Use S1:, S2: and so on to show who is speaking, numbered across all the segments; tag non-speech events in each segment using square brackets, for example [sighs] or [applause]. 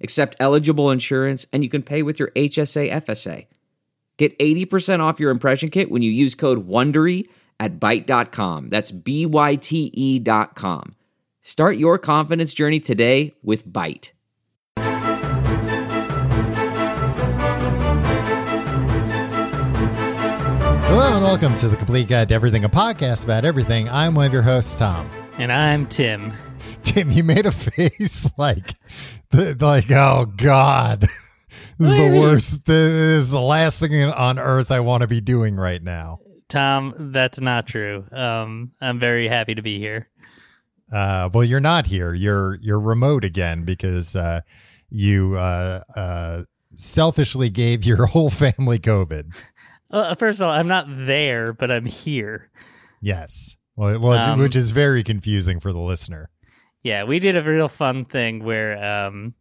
S1: accept eligible insurance, and you can pay with your HSA FSA. Get 80% off your impression kit when you use code WONDERY at Byte.com. That's B-Y-T-E E dot com. Start your confidence journey today with Byte.
S2: Hello and welcome to the Complete Guide to Everything, a podcast about everything. I'm one of your hosts, Tom.
S3: And I'm Tim.
S2: Tim, you made a [laughs] face like, the, like, oh God, [laughs] this is
S3: do you
S2: the
S3: mean?
S2: worst. This is the last thing on earth I want to be doing right now.
S3: Tom, that's not true. Um, I'm very happy to be here.
S2: Uh, well, you're not here. You're you're remote again because uh, you uh, uh, selfishly gave your [laughs] whole family COVID.
S3: Uh, first of all, I'm not there, but I'm here.
S2: Yes, well, it was-
S3: Um,
S2: which is very confusing for the listener.
S3: Yeah, we did a real fun thing where um,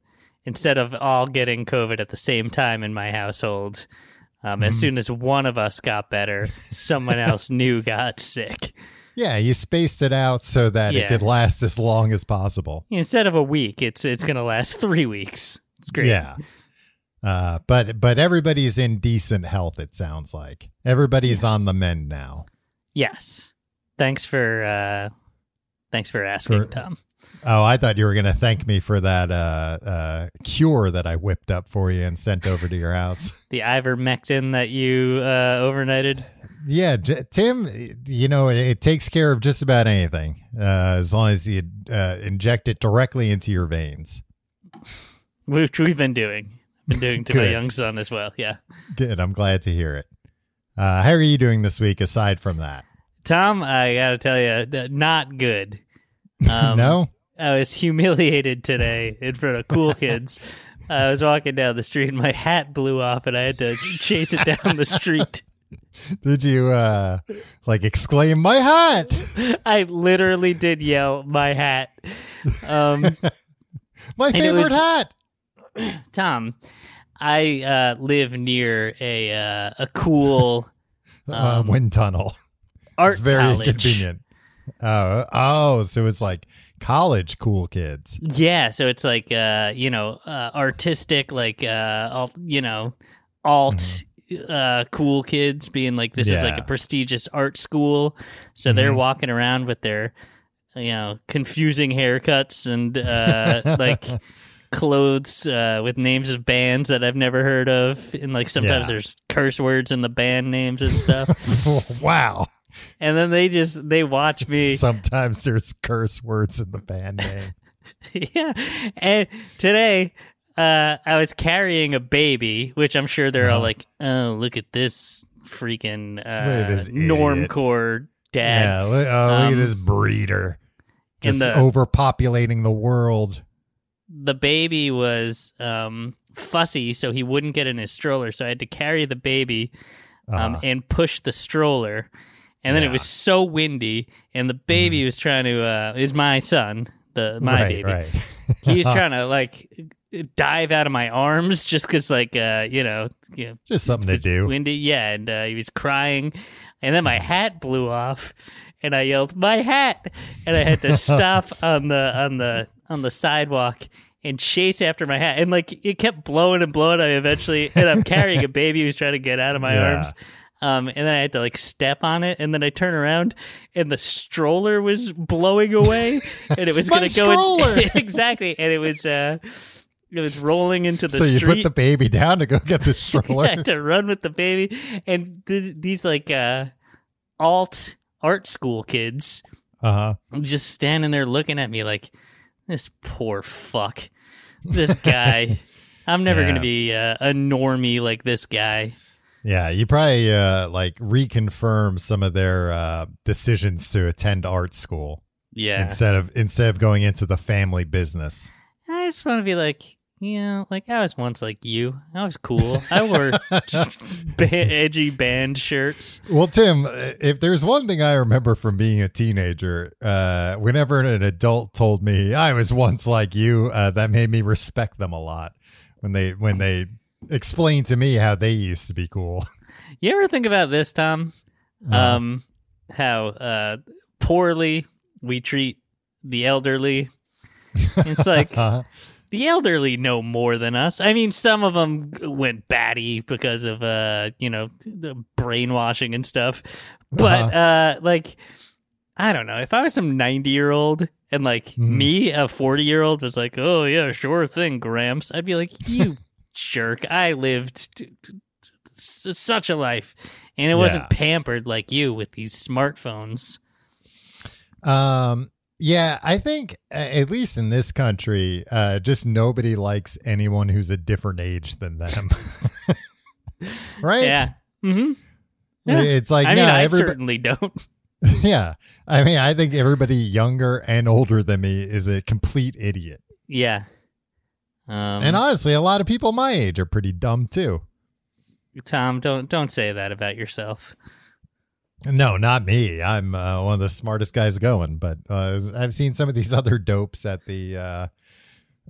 S3: instead of all getting COVID at the same time in my household, um,
S2: Mm.
S3: as soon as one of us got better, someone
S2: [laughs]
S3: else new got sick.
S2: Yeah, you spaced it out so that it
S3: Yeah.
S2: could last as long as possible.
S3: Instead of a week, it's it's gonna last three weeks. It's great.
S2: Yeah. Uh, but but everybody's in decent health. It sounds like everybody's on the mend now.
S3: Yes. Thanks for uh, thanks for asking,
S2: For-
S3: Tom.
S2: Oh, I thought you were going to thank me for that uh, uh, cure that I whipped up for you and sent over to your
S3: [laughs]
S2: house.
S3: The ivermectin that you uh, overnighted.
S2: yeah, J- Tim, you know it, it takes care of just about anything uh, as long as you uh, inject it directly into your veins.
S3: which we've been doing. Been doing to my
S2: Good.
S3: young son as well. Yeah,
S2: Good. I'm glad to hear it. Uh, how are you doing this week? Aside from that,
S3: Tom, I gotta tell you,
S2: [laughs]
S3: not good. Um,
S2: no.
S3: I was humiliated today in front of cool kids. I was walking down the street and my hat blew off, and I had to chase it down the street.
S2: Did you uh, like exclaim my hat?
S3: I literally did yell my hat. Um,
S2: My
S3: it
S2: favorite
S3: was-
S2: hat.
S3: Tom, I uh, live near a uh, a cool
S2: uh,
S3: um,
S2: wind tunnel. [laughs]
S3: art
S2: It's very
S3: college.
S2: convenient. Oh, oh, so it's like college cool kids. [laughs]
S3: Yeah, so it's like uh, you know, uh, artistic, like uh, alt, you know, alt, uh, cool kids being like, this is like
S2: Mm-hmm. Yeah. Mm-hmm.
S3: a prestigious art school, so they're walking around with their, you know, confusing haircuts and uh,
S2: [laughs]
S3: like clothes uh, with names of bands that I've never heard of, and like sometimes
S2: Yeah.
S3: there's curse words in the band names and
S2: [laughs]
S3: stuff,
S2: wow.
S3: and then they just they watch me.
S2: Sometimes there's curse words in the band name.
S3: yeah. And today, uh, I was carrying a baby, which I'm sure they're
S2: Uh-huh.
S3: all like, "Oh, look at this freaking
S2: at
S3: uh,
S2: this idiot."
S3: normcore [laughs] dad."
S2: yeah. li- oh, look at
S3: um,
S2: this breeder. Just
S3: and the
S2: overpopulating the world.
S3: the baby was um, fussy, so he wouldn't get in his stroller. So I had to carry the baby um,
S2: Uh,
S3: and push the stroller. And then
S2: Yeah. Mm-hmm.
S3: it was so windy, and the baby was trying to. Uh, is my son the my
S2: right,
S3: baby?
S2: right. [laughs]
S3: he was trying to like dive out of my arms just because like uh you know, you know
S2: Just something to
S3: it's
S2: do.
S3: windy yeah and uh, he was crying and then my hat blew off and i yelled my hat and
S2: [laughs]
S3: i had to stop on the on the on the sidewalk and chase after my hat and like it kept blowing and blowing i eventually and i'm carrying a baby who's trying to get out of
S2: [laughs]
S3: my
S2: Yeah.
S3: arms um, and then I had to like step on it, and then I turn around, and the stroller was blowing away, and it
S2: [laughs]
S3: was
S2: My
S3: going to go in-
S2: stroller!
S3: [laughs] exactly, and it was uh, it was rolling into the
S2: so you
S3: street.
S2: put the baby down to go get
S3: [laughs]
S2: the stroller.
S3: I had to run with the baby, and th- these like uh, alt art school kids
S2: Uh-huh.
S3: just standing there looking at me like this poor fuck, this guy. I'm never
S2: Yeah.
S3: gonna be uh, a normie like this guy.
S2: Yeah, you probably uh, like reconfirm some of their uh, decisions to attend art school
S3: Yeah,
S2: instead of instead of going into the family business.
S3: I just want to be like, yeah, like I was once like you. I was cool. I wore [laughs] ba- edgy band shirts.
S2: Well, Tim, uh, if there's one thing I remember from being a teenager, uh, whenever an adult told me I was once like you, uh, that made me respect them a lot when they when they explained to me how they used to be cool.
S3: You ever think about this, Tom? Um, how uh, poorly we treat the elderly. It's like
S2: [laughs] Uh,
S3: the elderly know more than us. I mean, some of them went batty because of uh, you know, the brainwashing and stuff. But
S2: Uh-huh.
S3: uh like I don't know. If I was some 90-year-old and like
S2: Hmm.
S3: me, a 40-year-old was like, "Oh yeah, sure thing, Gramps." I'd be like,
S2: [laughs]
S3: "You jerk. I lived t- t- t- s- such a life." And it wasn't pampered like you with these smartphones.
S2: um, yeah, I think uh, at least in this country, uh, just nobody likes anyone who's a different age than them. [laughs] right?
S3: Yeah. Mhm. yeah.
S2: It's like
S3: I mean,
S2: nah,
S3: I
S2: everybo-
S3: certainly [laughs] don't.
S2: [laughs] Yeah. I mean, I think everybody younger and older than me is a complete idiot.
S3: Yeah. Um,
S2: and honestly, a lot of people my age are pretty dumb too.
S3: Tom, don't don't say that about yourself. [laughs]
S2: No, not me. I'm uh, one of the smartest guys going, but uh, I've seen some of these [laughs] other dopes at the uh,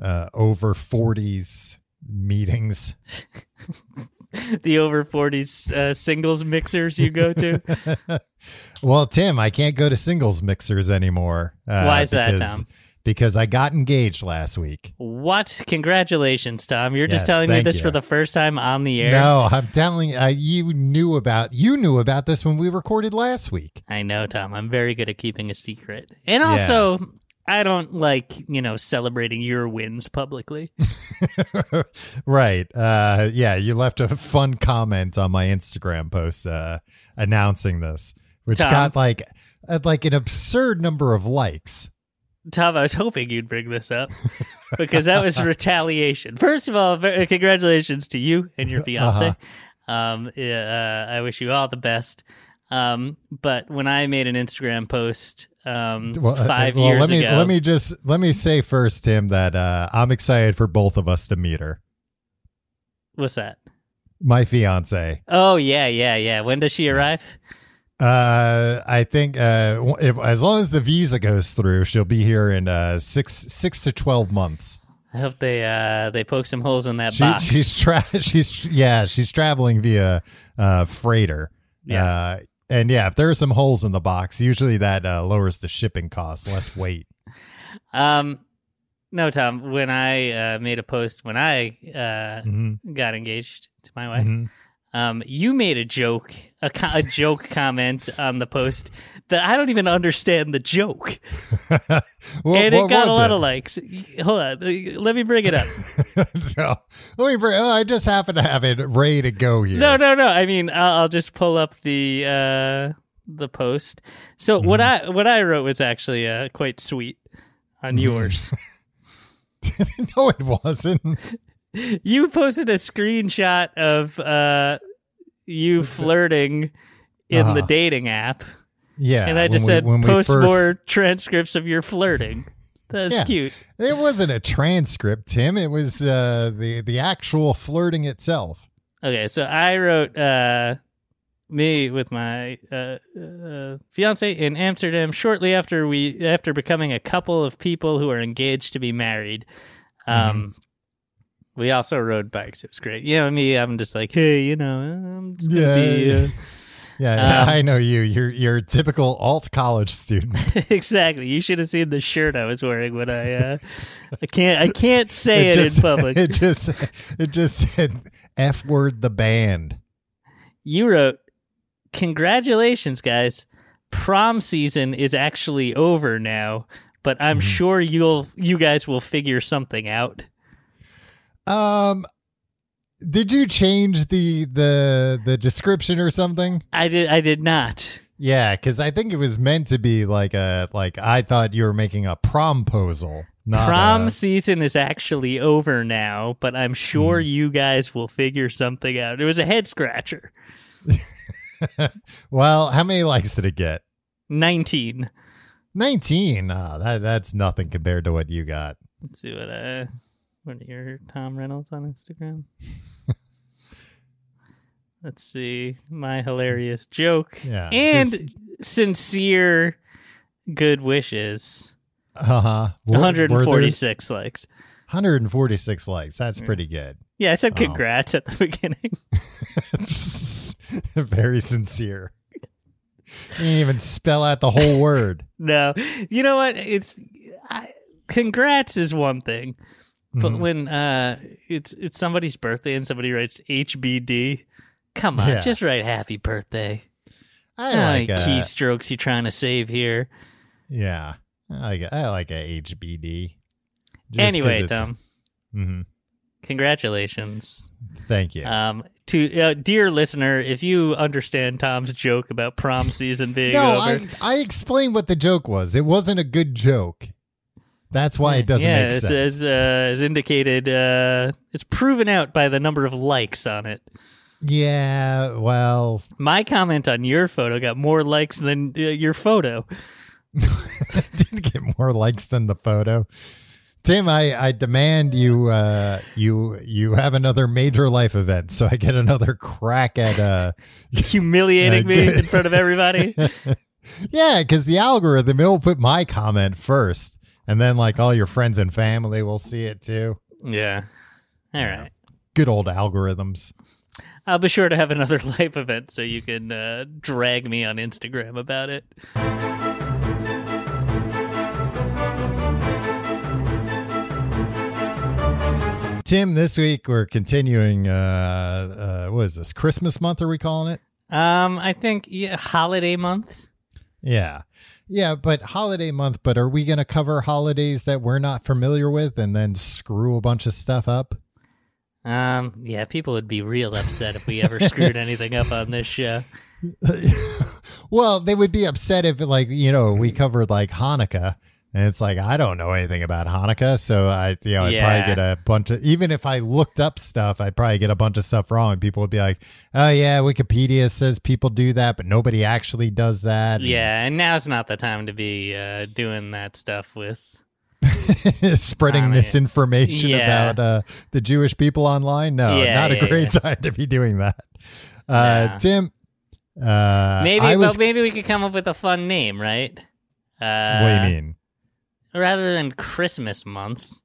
S2: uh, over 40s meetings.
S3: The over 40s uh, singles mixers you go
S2: [laughs] Uh,
S3: to.
S2: well, Tim, I can't go to singles mixers anymore. Uh,
S3: Why is that,
S2: because-
S3: Tom?
S2: Because I got engaged last week.
S3: what? Congratulations, Tom. You're just
S2: Yes,
S3: telling me
S2: thank
S3: this
S2: you.
S3: for the first time on the air.
S2: No, I'm telling you, uh, you knew about you knew about this when we recorded last week. [laughs]
S3: I know, Tom. I'm very good at keeping a secret. And also, I don't like, you know, celebrating your wins publicly.
S2: right. Uh, yeah, you left a fun comment on my Instagram post uh, announcing this, which
S3: Tom.
S2: got like uh, like an absurd number of likes.
S3: Tom, I was hoping you'd bring this up because that was retaliation. First of all, ver- congratulations to you and
S2: Uh-huh.
S3: your fiance. Um, uh, I wish you all the best. Um, but when I made an Instagram post um,
S2: Well, uh,
S3: five
S2: well,
S3: years
S2: let me
S3: ago,
S2: let me just let me say first, Tim, that uh, I'm excited for both of us to meet her,
S3: what's that?
S2: my fiance.
S3: Oh yeah, yeah, yeah. When does she arrive?
S2: Uh, I think uh, w- if, as long as the visa goes through, she'll be here in uh, six six to twelve months.
S3: I hope they uh, they poke some holes in that
S2: She,
S3: box.
S2: she's tra- [laughs] she's yeah, she's traveling via uh, freighter.
S3: Yeah.
S2: Uh, and yeah, if there are some holes in the box, usually that uh, lowers the shipping cost, less weight.
S3: Um, no, Tom. When I uh, made a post when I uh,
S2: Mhm,
S3: got engaged to my wife.
S2: mhm.
S3: Um, you made a joke, a, co- a joke comment on the post that I don't even understand the joke,
S2: Wha- [laughs]
S3: and it
S2: what
S3: got a
S2: was
S3: lot of likes. Hold on, uh, let me bring
S2: [laughs]
S3: it up.
S2: no, let me bring. Oh, I just happen to have it ready to go here.
S3: No, no, no. I mean, I'll, I'll just pull up the uh, the post. So
S2: Mm-hmm.
S3: what I what I wrote was actually uh, quite sweet
S2: Mm-hmm. [laughs]
S3: on yours.
S2: [laughs] no, it wasn't.
S3: you posted a screenshot of uh, you flirting in the
S2: Uh-huh.
S3: dating app.
S2: Yeah,
S3: and I just
S2: when we-
S3: said,
S2: when we
S3: post
S2: first-
S3: more transcripts of your flirting. That's
S2: Yeah.
S3: cute.
S2: It wasn't a transcript, Tim. It was uh, the the actual flirting itself.
S3: Okay, so I wrote uh, me with my uh, uh, fiance in Amsterdam shortly after we after becoming a couple of people who are engaged to be married.
S2: Mm-hmm.
S3: Um, We also rode bikes. It was great. You know me. I'm just like, hey, you know, I'm just gonna be. Uh,
S2: Yeah,
S3: Um,
S2: I know you. You're you're a typical alt college student.
S3: [laughs] exactly. You should have seen the shirt I was wearing when I. Uh, I can't. I can't [laughs] say it, in
S2: [laughs]
S3: public.
S2: It just it just said f word the band.
S3: you wrote, "Congratulations, guys! Prom season is actually over now, but I'm sure you'll you guys will figure something out."
S2: Um, did you change the the the description or something?
S3: I did. I did not.
S2: Yeah, because I think it was meant to be like a like I thought you were making a promposal. Not
S3: Prom
S2: a-
S3: season is actually over now, but I'm sure you guys will figure something out. It was a head scratcher.
S2: well, how many likes did it get?
S3: 19.
S2: 19 Ah, that, that's nothing compared to what you got
S3: Let's see what I. What your Tom Reynolds on Instagram? Let's see. My hilarious joke
S2: Yeah,
S3: and
S2: just-
S3: sincere good wishes.
S2: Uh huh.
S3: 146 likes.
S2: 146 likes. That's pretty good. [laughs]
S3: Yeah, I said
S2: Wow.
S3: congrats at the [laughs] beginning.
S2: Very sincere. You didn't even spell out the whole word.
S3: No, you know what? It's I, congrats is one thing, [laughs] but
S2: Mhm.
S3: when uh, it's it's somebody's birthday and somebody writes HBD, come on,
S2: Yeah.
S3: just write happy birthday.
S2: I
S3: How many
S2: like uh, a,
S3: keystrokes you trying to save here?
S2: Yeah, I like a, I like a HBD.
S3: anyway, Tom,
S2: hmm
S3: congratulations.
S2: Thank you.
S3: Um, to uh, dear listener, if you understand Tom's joke
S2: [laughs]
S3: about prom season being
S2: no,
S3: over,
S2: I I explained what the joke was. It wasn't a good joke. That's why it doesn't
S3: yeah,
S2: make
S3: it's,
S2: sense.
S3: As, uh, as indicated, uh, it's proven out by the number of likes on it.
S2: yeah, well,
S3: My comment on your photo got more likes than uh, your photo.
S2: [laughs] didn't get more likes than the photo. Tim, I, I demand you uh, you you have another major life event, so I get another crack at uh [laughs]
S3: Humiliating
S2: I
S3: me
S2: did.
S3: in front
S2: [laughs]
S3: of everybody.
S2: yeah, because the algorithm it'll put my comment first, and then like all your friends and family will see it too.
S3: yeah. All right.
S2: Good old algorithms.
S3: I'll be sure to have another [laughs] live event so you can uh, drag me on Instagram about it.
S2: Tim, this week we're continuing. Uh, uh, what is this? Christmas month? Are we calling it?
S3: Um, I think yeah, holiday month.
S2: Yeah, yeah. But holiday month. But are we going to cover holidays that we're not familiar with and then screw a bunch of stuff up?
S3: Um, yeah, people would be real upset if we ever
S2: [laughs]
S3: screwed anything up on this show.
S2: well, they would be upset if, like, you know, we covered like Hanukkah, and it's like I don't know anything about Hanukkah, so I, you know, I would
S3: Yeah.
S2: probably get a bunch of. Even if I looked up stuff, I'd probably get a bunch of stuff wrong. and People would be like, "Oh yeah, Wikipedia says people do that, but nobody actually does that."
S3: Yeah, and now's not the time to be uh, doing that stuff with.
S2: [laughs] spreading
S3: I mean,
S2: misinformation
S3: yeah.
S2: about uh, the Jewish people online. No,
S3: Yeah,
S2: not a
S3: yeah,
S2: great [laughs] time to be doing that. Uh,
S3: Nah.
S2: Tim, uh,
S3: Maybe,
S2: I was.
S3: well, maybe we could come up with a fun name, right? Uh,
S2: what do you mean?
S3: Rather than Christmas month,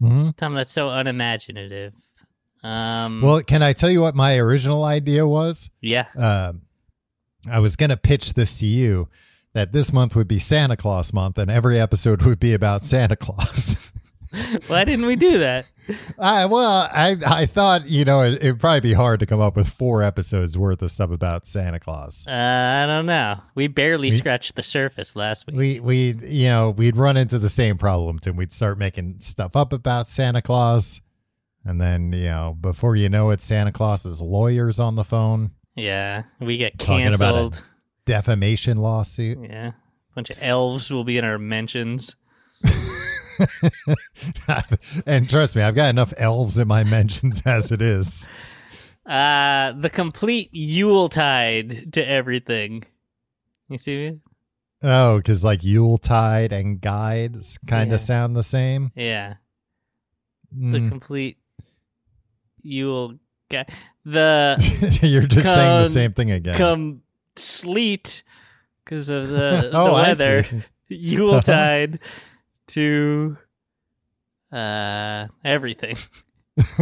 S2: hmm
S3: Tom. That's so unimaginative. Um,
S2: Well, can I tell you what my original idea was?
S3: yeah,
S2: Um, I was going to pitch this to you that this month would be Santa Claus month, and every episode would be about Santa Claus. [laughs]
S3: why didn't we do that?
S2: I, well, I I thought you know it, it'd probably be hard to come up with four episodes worth of stuff about Santa Claus.
S3: Uh, I don't know. We barely scratched the surface last week.
S2: we we you know we'd run into the same problems and we'd start making stuff up about santa claus and then you know before you know it santa claus's lawyers on the phone
S3: yeah, we get
S2: Talking about it.
S3: canceled.
S2: defamation lawsuit
S3: Yeah, bunch of elves will be in our mentions.
S2: [laughs] and trust me i've got enough elves in my [laughs] mentions as it is
S3: Uh, the complete Yuletide to everything. You see me?
S2: oh because like yuletide and guides kind
S3: Yeah.
S2: of sound the same
S3: Yeah. the
S2: Mm.
S3: complete Yule guy.
S2: [laughs]
S3: The
S2: Mm.
S3: [laughs]
S2: you're just saying the
S3: Con-
S2: same thing again [laughs]
S3: come sleet because of the,
S2: oh
S3: the
S2: I
S3: weather.
S2: see. [laughs]
S3: [laughs]
S2: Uh-huh.
S3: Yuletide to uh everything. [laughs]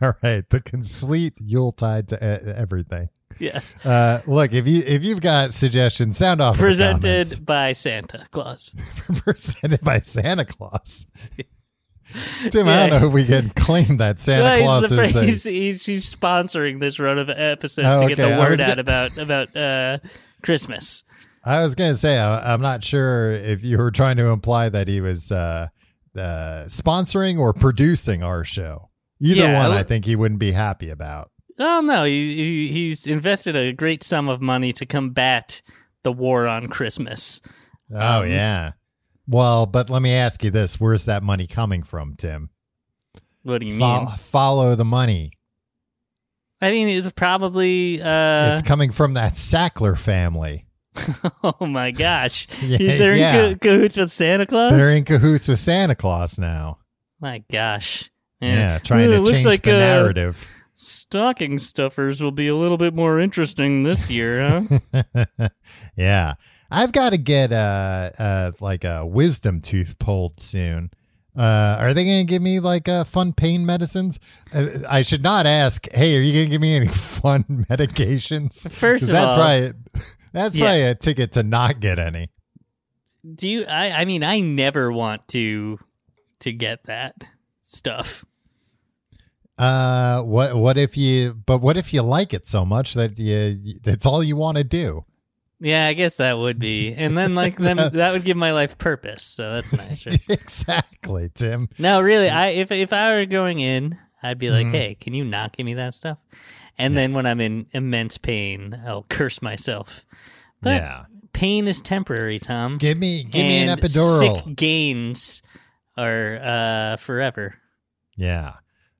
S2: all right the complete yuletide to e- everything
S3: Yes.
S2: Uh, look if you if you've got suggestions, sound off. in the
S3: Presented by Santa Claus.
S2: comments. [laughs] presented by Santa
S3: [laughs]
S2: Claus. Tim, I
S3: Yeah.
S2: don't know if we can claim that Santa
S3: Well,
S2: Claus
S3: he's, the-
S2: is. a-
S3: he's, he's, he's sponsoring this run of episodes
S2: Oh,
S3: to get
S2: okay.
S3: the
S2: I
S3: word
S2: was
S3: out
S2: go-
S3: about about uh Christmas.
S2: I was gonna say I, I'm not sure if you were trying to imply that he was uh, uh, sponsoring or producing our show. Either
S3: Yeah, I
S2: one, I
S3: w-
S2: think he wouldn't be happy about.
S3: Oh no, he, he he's invested a great sum of money to combat the war on Christmas.
S2: Oh
S3: Um,
S2: yeah. Well, but let me ask you this: Where's that money coming from, Tim?
S3: What do you
S2: Fo-
S3: mean?
S2: follow the money.
S3: I mean, it's probably. Uh,
S2: it's coming from that Sackler family. [laughs]
S3: [laughs] oh my gosh,
S2: Yeah,
S3: they're
S2: yeah.
S3: in cah- cahoots with Santa Claus.
S2: They're in cahoots with Santa Claus now.
S3: my gosh,
S2: Yeah, trying
S3: Ooh,
S2: to
S3: looks
S2: change
S3: like,
S2: the
S3: uh,
S2: narrative.
S3: Stocking stuffers will be a little bit more interesting this year,
S2: [laughs]
S3: huh?
S2: yeah. I've got to get uh, uh like a wisdom tooth pulled soon. Uh, are they going to give me like uh, fun pain medicines? Uh, I should not ask. Hey, are you going to give me any [laughs] fun medications?
S3: First
S2: 'Cause
S3: of
S2: that's
S3: all-
S2: probably that's
S3: Yeah.
S2: probably a ticket to not get any.
S3: Do you? I, I mean, I never want to to get that stuff.
S2: Uh, what what if you? But what if you like it so much that you that's all you want to do?
S3: Yeah, I guess that would be, and then like them
S2: [laughs]
S3: that would give my life purpose. So that's nice. Right?
S2: exactly, Tim.
S3: no, really, I if if I were going in, I'd be like,
S2: Mm-hmm.
S3: hey, can you not give me that stuff? And then when I'm in immense pain, I'll curse myself. But
S2: yeah,
S3: pain is temporary, Tom.
S2: give me give me an
S3: And
S2: epidural.
S3: Sick gains are uh, forever.
S2: Yeah.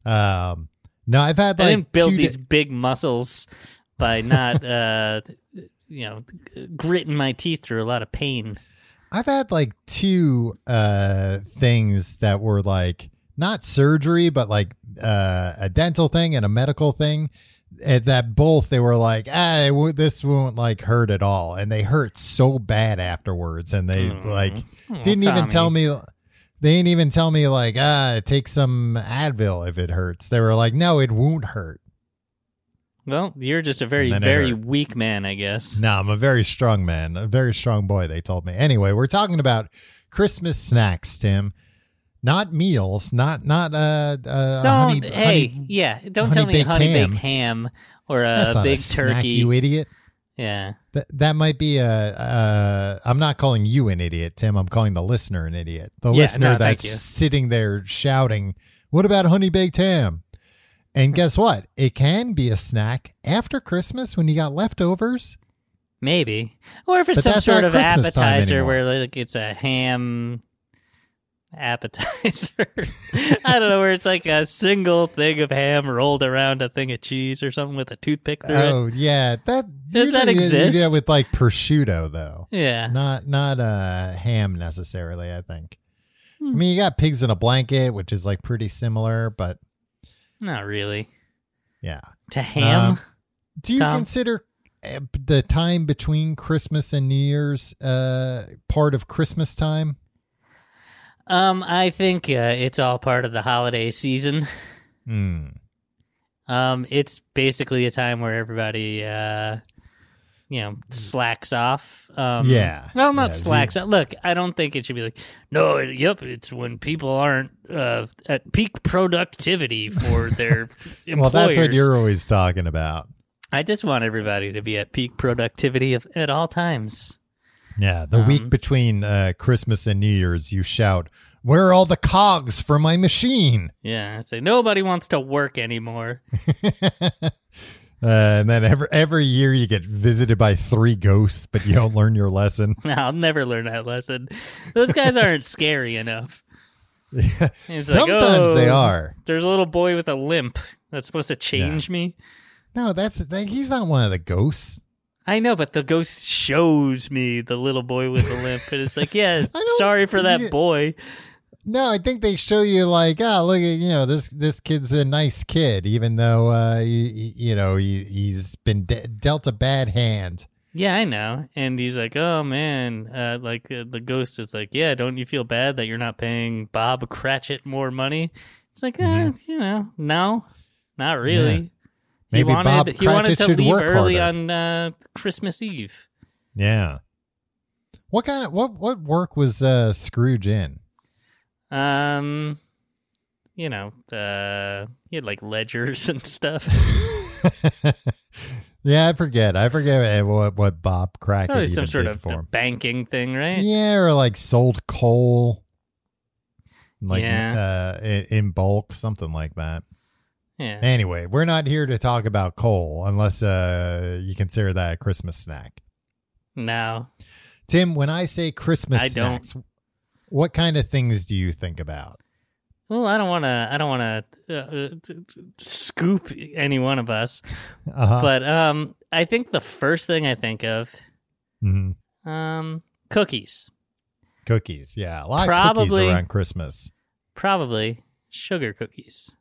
S2: Um. No, I've had like
S3: I didn't build
S2: two
S3: these
S2: da-
S3: big muscles by not, uh, [laughs] you know, gritting my teeth through a lot of pain.
S2: I've had like two uh things that were like not surgery, but like uh, a dental thing and a medical thing. At that both they were like, ah, it w- this won't like hurt at all, and they hurt so bad afterwards, and they
S3: Mm.
S2: like
S3: Oh,
S2: didn't even
S3: Tommy.
S2: tell me. They didn't even tell me like, ah, take some Advil if it hurts. They were like, no, it won't hurt.
S3: Well, you're just a very,
S2: And then it
S3: very
S2: hurt.
S3: weak man, I guess.
S2: No, I'm a very strong man, a very strong boy, they told me. Anyway, we're talking about Christmas snacks, Tim. Not meals, not not uh, uh
S3: Don't,
S2: honey-
S3: hey,
S2: honey-
S3: yeah, don't tell
S2: honey
S3: me
S2: baked
S3: honey
S2: ham.
S3: baked ham or
S2: that's
S3: a
S2: not a
S3: big
S2: snack,
S3: turkey.
S2: you idiot.
S3: yeah.
S2: That that might be a uh I'm not calling you an idiot, Tim. I'm calling the listener an idiot. The
S3: Yeah,
S2: listener
S3: no, thank
S2: that's
S3: you.
S2: sitting there shouting, "What about honey baked ham?" And guess what? It can be a snack after Christmas when you got leftovers.
S3: Maybe, or if it's
S2: But
S3: some
S2: that's
S3: sort
S2: not
S3: of
S2: Christmas time
S3: appetizer
S2: anymore.
S3: where like it's a ham appetizer. [laughs] I don't know where it's like a single thing of ham rolled around a thing of cheese or something with a toothpick through
S2: Oh yeah, that
S3: Does that
S2: usually you- you do
S3: exist?
S2: that with like prosciutto though.
S3: it. Yeah,
S2: not not uh ham necessarily i think
S3: Hmm.
S2: i mean you got pigs in a blanket which is like pretty similar but
S3: not really.
S2: yeah
S3: To ham,
S2: Um, do you
S3: Tom?
S2: consider uh, the time between christmas and new year's uh part of christmas time
S3: um, I think uh, it's all part of the holiday season.
S2: Hmm.
S3: Um, it's basically a time where everybody, uh, you know, slacks off. Um,
S2: Yeah.
S3: Well, not
S2: Yeah,
S3: slacks. off. Look, I don't think it should be like, no, it- yep, it's when people aren't uh, at peak productivity
S2: [laughs]
S3: for their employers.
S2: well that's what you're always talking about
S3: I just want everybody to be at peak productivity of, at all times.
S2: yeah the week
S3: Um,
S2: between uh christmas and new year's you shout where are all the cogs for my machine
S3: Yeah, I say nobody wants to work anymore. [laughs]
S2: Uh, and then Uh, every every year you get visited by three ghosts, but you don't learn your lesson.
S3: I'll never learn that lesson. Those guys aren't
S2: [laughs]
S3: scary enough. [laughs] It's like,
S2: Sometimes they
S3: "Oh,
S2: are.
S3: There's a little boy with a limp that's supposed to change me.
S2: No, that's that, he's not one of the ghosts.
S3: I know, but the ghost shows me the little boy with the limp, and it's
S2: [laughs]
S3: like, yeah,
S2: don't-
S3: sorry for that
S2: yeah.
S3: boy.
S2: No, I think they show you like, ah, look at you know this this kid's a nice kid, even though uh, he, he- you know he he's been de- dealt a bad hand.
S3: Yeah, I know. And he's like, oh man, uh, like uh, the ghost is like, yeah, don't you feel bad that you're not paying Bob Cratchit more money? It's like, eh, you know, no, not really.
S2: Mm-hmm. Yeah.
S3: He
S2: Maybe
S3: wanted,
S2: Bob
S3: he wanted
S2: Cratchit
S3: to
S2: should
S3: leave
S2: work
S3: early
S2: harder.
S3: on uh, Christmas Eve.
S2: Yeah. What kind of what what work was uh, Scrooge
S3: [laughs]
S2: in? [laughs]
S3: Um, you know, uh, he had like ledgers [laughs] and stuff.
S2: yeah, I forget. I forget what what Bob Crackett
S3: Probably
S2: even
S3: some sort
S2: did
S3: of
S2: for him.
S3: banking thing, right?
S2: Yeah, or like sold coal, like
S3: Yeah.
S2: uh, in, in bulk, something like that.
S3: yeah.
S2: Anyway, we're not here to talk about coal unless uh, you consider that a Christmas snack.
S3: No.
S2: Tim, when I say Christmas
S3: I don't.
S2: snacks, what kind of things do you think about?
S3: Well, I don't want to. I don't want to uh, t- t- scoop any one of us.
S2: Uh-huh.
S3: But um, I think the first thing I think of,
S2: Mhm.
S3: um, cookies,
S2: Cookies, yeah, a lot of
S3: Probably-
S2: cookies around Christmas.
S3: probably. sugar cookies.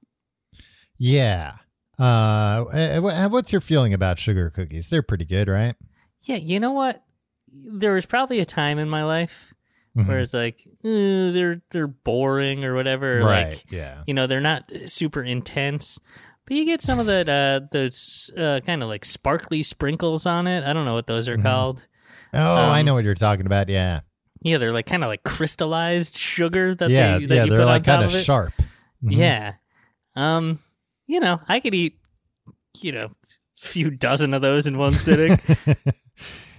S2: Yeah. Uh, eh, wh- what's your feeling about sugar cookies? They're pretty good, right?
S3: Yeah, you know what? There was probably a time in my life
S2: Mhm.
S3: where it's like "Eh, they're they're boring or whatever. or
S2: right.
S3: Like,
S2: yeah.
S3: you know, they're not uh, super intense. But you get some of that uh, those uh, kind of like sparkly sprinkles on it. I don't know what those are
S2: Mhm.
S3: called.
S2: Oh, I
S3: um,
S2: know what you're talking about. Yeah.
S3: Yeah, they're like kind of like crystallized sugar that
S2: yeah.
S3: they that
S2: yeah.
S3: you
S2: They're
S3: put
S2: like
S3: on top
S2: kind of
S3: of it.
S2: sharp. Mhm.
S3: [laughs] Yeah. Um, you know, I could eat, you know, a few dozen of
S2: [laughs]
S3: those in one sitting.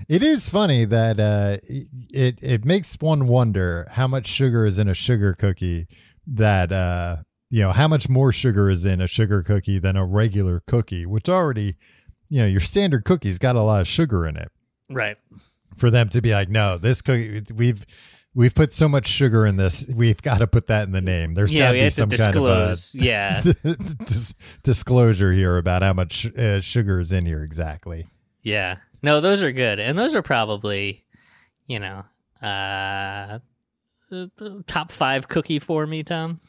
S2: it is funny that uh, it it makes one wonder how much sugar is in a sugar cookie that uh, you know how much more sugar is in a sugar cookie than a regular cookie, which already you know your standard cookie's got a lot of sugar in it.
S3: right.
S2: For them to be like, no, this cookie we've we've put so much sugar in this, we've got to put that in the name. There's got
S3: yeah,
S2: to
S3: we
S2: be
S3: have to
S2: some kind of a [laughs]
S3: disclose. yeah.
S2: dis- disclosure here about how much uh, sugar is in here exactly.
S3: Yeah. No, those are good. And those are probably, you know, uh the- the top 5 cookie for me, Tom.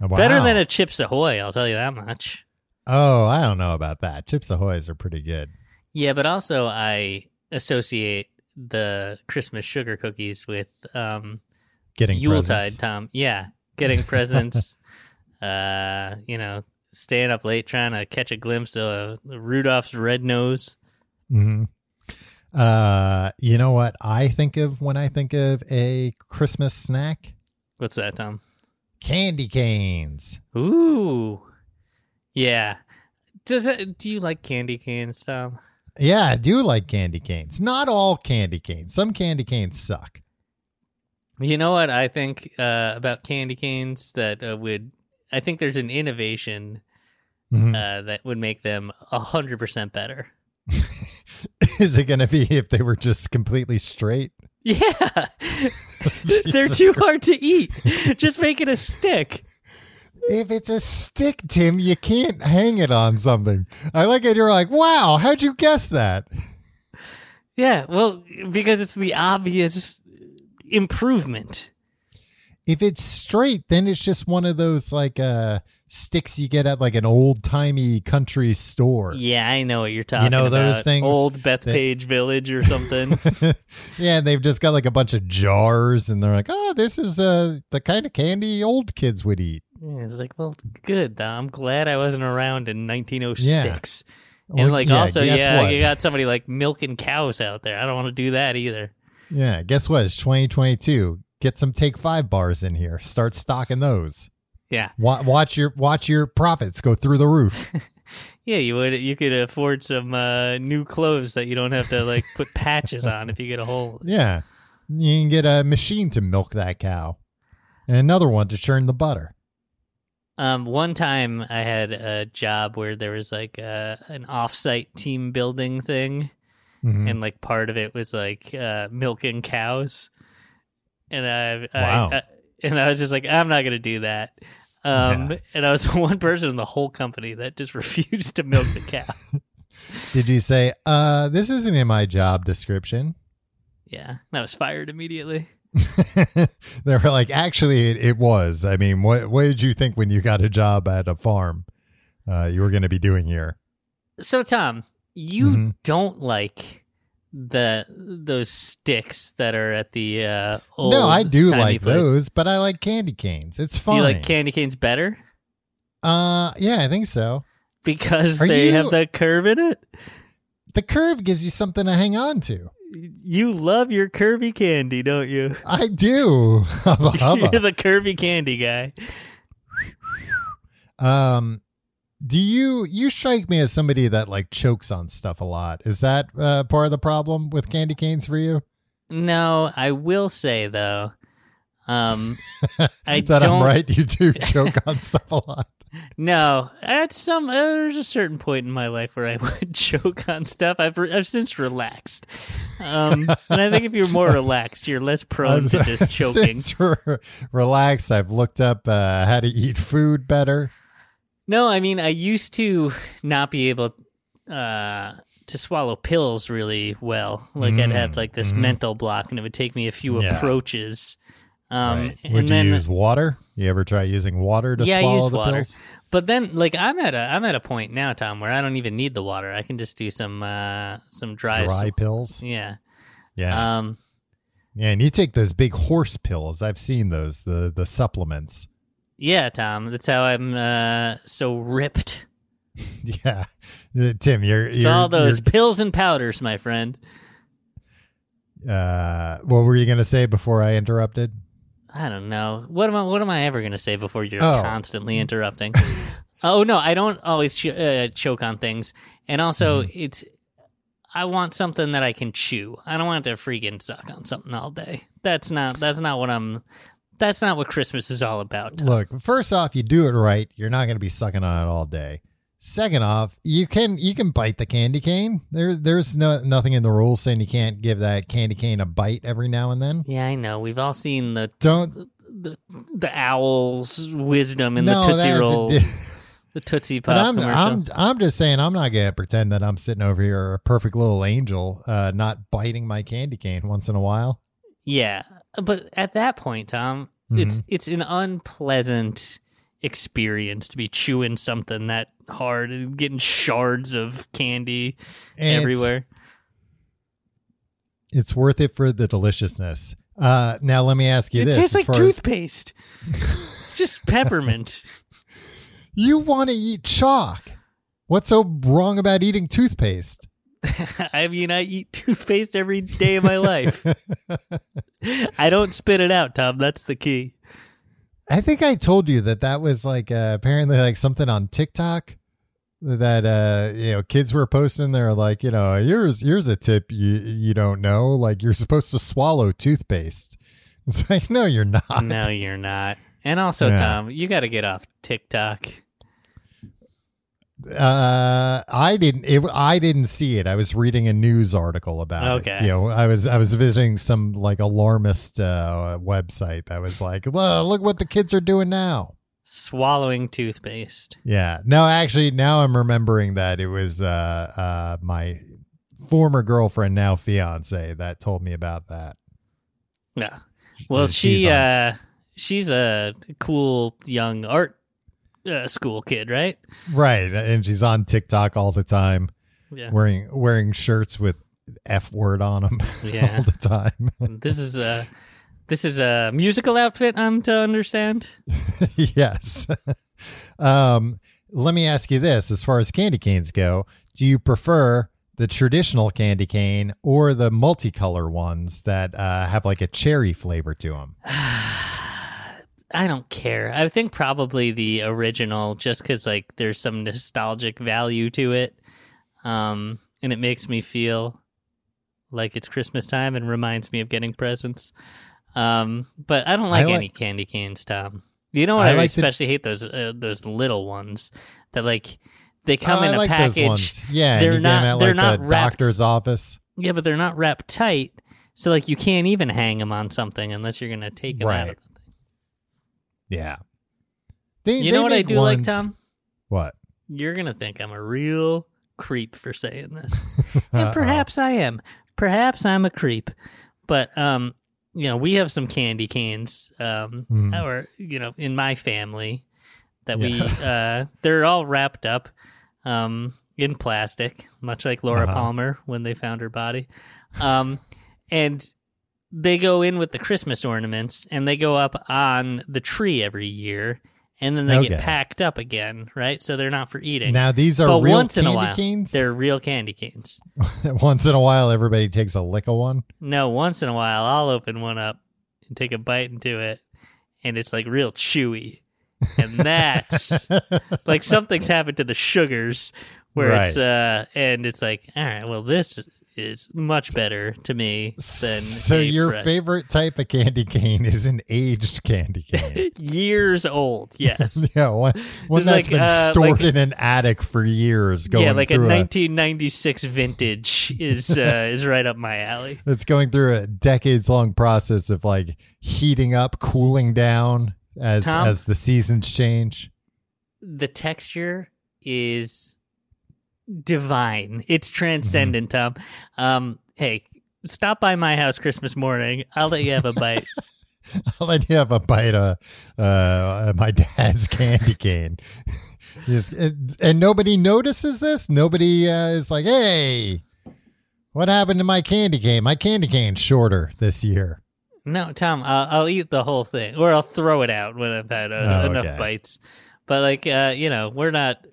S3: Better
S2: Uh, Wow.
S3: than a Chips Ahoy, I'll tell you that much.
S2: Oh, I don't know about that. Chips Ahoy's are pretty good.
S3: Yeah, but also I associate the Christmas sugar cookies with um
S2: Getting
S3: Yuletide,
S2: presents.
S3: Tom. Yeah,
S2: [laughs]
S3: getting presents. uh, you know, staying up late trying to catch a glimpse of Rudolph's red nose.
S2: Mhm. Uh, you know what I think of when I think of a Christmas snack?
S3: What's that, Tom?
S2: Candy canes.
S3: Ooh, yeah. Does it? Do you like candy canes, Tom?
S2: Yeah, I do like candy canes. Not all candy canes. Some candy canes suck.
S3: You know what I think uh, about candy canes that uh, would. I think there's an innovation
S2: Mhm.
S3: uh, that would make them hundred percent better.
S2: [laughs] Is it going to be if they were just completely straight?
S3: Yeah, [laughs] they're
S2: Jesus
S3: too hard to eat. Just make it a stick.
S2: If it's a stick, Tim, you can't hang it on something. I like it. You're like, wow, how'd you guess that?
S3: Yeah, well, because it's the obvious improvement.
S2: if it's straight, then it's just one of those like uh sticks you get at like an old timey country store.
S3: Yeah, I know what you're talking about.
S2: know those things
S3: Old Bethpage Village
S2: [laughs]
S3: or something.
S2: yeah, and they've just got like a bunch of jars, and they're like, "Oh, this is uh the kind of candy old kids would eat."
S3: Yeah, it's like, well, good. though. I'm glad I wasn't around in 1906. And
S2: Well,
S3: like,
S2: yeah,
S3: also,
S2: guess
S3: yeah,
S2: what?
S3: you got somebody like milking cows out there. I don't want to do that either.
S2: yeah. Guess what? It's 2022. Get some Take Five bars in here. Start stocking those.
S3: Yeah,
S2: Wa- watch your watch your profits go through the roof.
S3: yeah, you would. You could afford some uh, new clothes that you don't have to like put patches on if you get a hole.
S2: yeah, you can get a machine to milk that cow, and another one to churn the butter.
S3: Um, one time I had a job where there was like a, an offsite team building thing,
S2: Mhm.
S3: and like part of it was like uh, milking cows, and I, I,
S2: Wow.
S3: I- and I was just like, I'm not gonna do that. Um,
S2: Yeah.
S3: and I was [laughs] the one person in the whole company that just [laughs] refused to milk the cow.
S2: Did you say, uh, this isn't in my job description? [laughs]
S3: yeah, and I was fired immediately.
S2: they were like, actually, it, it was. I mean, what, what did you think when you got a job at a farm uh, you were going to be doing here?
S3: So Tom, you
S2: Mhm.
S3: don't like the those sticks that are at the uh, old
S2: no, I do
S3: timey
S2: like
S3: place.
S2: those, but I like candy canes. It's fine.
S3: Do you like candy canes better? [laughs]
S2: uh, yeah, I think so.
S3: because
S2: Are
S3: they
S2: you-
S3: have the curve in it.
S2: The curve gives you something to hang on to.
S3: You love your curvy candy, don't you? [laughs]
S2: I do. [laughs] Hubba,
S3: You're [laughs]
S2: hubba.
S3: the curvy candy guy.
S2: um, do you you strike me as somebody that like chokes on stuff a lot? Is that uh, part of the problem with candy canes for you?
S3: No, I will say though,
S2: [laughs]
S3: um, I
S2: that
S3: don't.
S2: I'm right. You
S3: [laughs]
S2: do choke on stuff a lot.
S3: No, at some uh, there's a certain point in my life where I [laughs] would choke on stuff. I've re- I've since relaxed, um, and I think if you're more relaxed, you're less
S2: [laughs]
S3: prone to just choking.
S2: Since we're relaxed, I've looked up uh, how to eat food better.
S3: No, I mean I used to not be able uh, to swallow pills really well. Like I'd
S2: Mm,
S3: have like this
S2: mhm.
S3: mental block, and it would take me a few
S2: Yeah.
S3: approaches Um,
S2: Right.
S3: and
S2: Would you
S3: then,
S2: use water? You ever try using water to
S3: yeah, I
S2: swallow
S3: use
S2: the
S3: water.
S2: pills?
S3: But then, like, I'm at a I'm at a point now, Tom, where I don't even need the water. I can just do some uh some dry
S2: Dry pills.
S3: Yeah.
S2: Yeah.
S3: Um.
S2: Yeah, and you take those big horse pills. I've seen those, the the supplements. [laughs]
S3: Yeah, Tom. That's how I'm uh so ripped.
S2: Yeah, Uh, Tim, you're,
S3: It's
S2: you're-
S3: all those
S2: you're-
S3: pills and powders, my friend.
S2: uh, what were you going to say before I interrupted?
S3: I don't know. What am I? What am I ever going to say before you're
S2: Oh.
S3: constantly interrupting? [laughs] oh no, I don't always ch- uh, choke on things, and also
S2: Hmm.
S3: it's. I want something that I can chew. I don't want to freaking suck on something all day. That's not. That's not what I'm. That's not what Christmas is all about.
S2: Look, first off, you do it right. You're not going to be sucking on it all day. Second off, you can you can bite the candy cane. There there's no nothing in the rules saying you can't give that candy cane a bite every now and then.
S3: Yeah, I know. We've all seen the
S2: Don't
S3: the, the owl's wisdom in
S2: no,
S3: the Tootsie
S2: that's a
S3: Roll, [laughs]
S2: di-
S3: the Tootsie Pop
S2: But I'm,
S3: commercial.
S2: I'm I'm just saying I'm not gonna pretend that I'm sitting over here a perfect little angel, uh, not biting my candy cane once in a while.
S3: Yeah, but at that point, Tom, it's
S2: Mm-hmm.
S3: it's an unpleasant experience to be chewing something that hard and getting shards of candy
S2: And it's-
S3: everywhere.
S2: It's, worth it for the deliciousness. Uh, now let me ask you
S3: It
S2: this:
S3: tastes
S2: as
S3: like
S2: far as-
S3: toothpaste. it's just peppermint. [laughs]
S2: You want to eat chalk? What's so wrong about eating toothpaste?
S3: I mean, I eat toothpaste every day of my
S2: [laughs]
S3: life. I don't spit it out, Tom. That's the key.
S2: I think I told you that that was like uh, apparently like something on TikTok that uh you know kids were posting they're like you know here's here's a tip you you don't know like you're supposed to swallow toothpaste [laughs] it's like no you're not
S3: No, you're not. And also,
S2: Yeah.
S3: Tom, you got to get off TikTok.
S2: uh i didn't it, i didn't see it i was reading a news article about it
S3: Okay.
S2: you know i was i was visiting some like alarmist uh website that was like well look what the kids are doing now
S3: Swallowing toothpaste.
S2: Yeah. No, actually, now I'm remembering that it was uh, uh, my former girlfriend, now fiance, that told me about that.
S3: Yeah. Well,
S2: she's um,
S3: she
S2: on-
S3: uh she's a cool young art uh, school kid, right?
S2: Right, and she's on TikTok all the time,
S3: Yeah.
S2: wearing wearing shirts with f word on [laughs] them
S3: Yeah.
S2: all the time. [laughs]
S3: this is a this is a musical outfit I'm to understand.
S2: yes. um, let me ask you this: as far as candy canes go, do you prefer? The traditional candy cane or the multicolor ones that uh, have like a cherry flavor to them.
S3: [sighs] I don't care. I think probably the original just cuz like there's some nostalgic value to it. Um and it makes me feel like it's Christmas time and reminds me of getting presents. Um but I don't
S2: I
S3: like,
S2: like-
S3: any candy canes, Tom. You know what
S2: I
S3: I,
S2: like the-
S3: especially hate those uh, those little ones that like they come
S2: Oh,
S3: in
S2: I
S3: a
S2: like
S3: package.
S2: Those ones. Yeah, and
S3: They're
S2: you get 'em
S3: not-
S2: At,
S3: they're
S2: like,
S3: not
S2: the
S3: wrapped.
S2: doctor's office.
S3: Yeah, but they're not wrapped tight, so like you can't even hang them on something unless you're going to take them out.
S2: Right.
S3: Of the thing.
S2: Yeah. They,
S3: You
S2: they
S3: know what I
S2: make
S3: do like,
S2: ones-
S3: Tom?
S2: What?
S3: You're going to think I'm a real creep for saying this. and perhaps I am. Perhaps I'm a creep. But um you know, we have some candy canes um
S2: Mm.
S3: or you know, in my family that we
S2: Yeah. [laughs]
S3: uh they're all wrapped up um in plastic, much like Laura
S2: Uh-huh.
S3: Palmer when they found her body. Um and they go in with the Christmas ornaments and they go up on the tree every year and then they get
S2: Okay.
S3: packed up again, right? So they're not for eating.
S2: Now these are
S3: but
S2: real
S3: once in
S2: candy
S3: a while,
S2: canes.
S3: they're real candy canes.
S2: [laughs] once in a while, everybody takes a lick of one.
S3: No, once in a while, I'll open one up and take a bite into it, and it's like real chewy.
S2: [laughs]
S3: And that's like something's happened to the sugars where it's, uh, and it's like, all right, well, this is much better to me
S2: [laughs]
S3: than
S2: so
S3: a
S2: your
S3: fresh-
S2: favorite type of candy cane is an aged candy
S3: [laughs]
S2: cane. [laughs]
S3: years old, yes.
S2: yeah, one, one
S3: It's
S2: that's
S3: like,
S2: been
S3: uh,
S2: stored
S3: like-
S2: in an attic for years, going
S3: yeah, like a
S2: through
S3: 1996 vintage is uh, is right up my alley.
S2: It's going through a decades long process of like heating up, cooling down as
S3: Tom?
S2: as the seasons change.
S3: the texture is divine. It's transcendent,
S2: Mm-hmm. [laughs]
S3: Tom. Um, hey, stop by my house Christmas morning. I'll let you have a bite.
S2: I'll let you have a bite of uh, my dad's [laughs] candy cane. Just- and, and nobody notices this. Nobody uh, is like, hey, what happened to my candy cane? My candy cane's shorter this year.
S3: No, Tom, I'll, I'll eat the whole thing, or I'll throw it out when I've had uh,
S2: Oh,
S3: enough
S2: okay.
S3: bites. But like, uh, you know, we're not.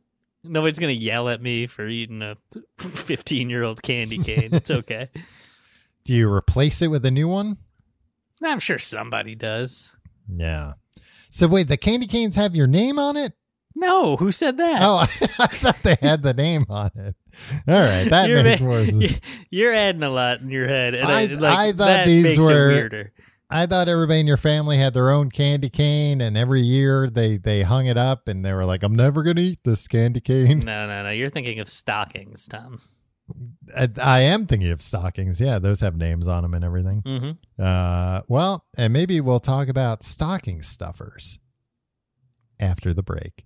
S3: Nobody's gonna yell at me for eating a fifteen-year-old candy cane.
S2: [laughs]
S3: It's okay.
S2: Do you replace it with a new one?
S3: I'm sure somebody does.
S2: Yeah. So wait, the candy canes have your name on it?
S3: No, who said that?
S2: Oh, [laughs] I thought they had the name on it. All right, that
S3: You're
S2: makes
S3: ma-
S2: more sense.
S3: [laughs] You're adding a lot in your head, and I,
S2: I-
S3: like,
S2: I thought
S3: that
S2: these
S3: makes
S2: were-
S3: it weirder.
S2: I thought everybody in your family had their own candy cane, and every year they they hung it up, and they were like, "I'm never gonna eat this candy
S3: [laughs]
S2: cane."
S3: No, no, no. You're thinking of stockings, Tom.
S2: I, I am thinking of stockings. Yeah, those have names on them and everything.
S3: Mm-hmm.
S2: Uh, well, and maybe we'll talk about stocking stuffers after the break.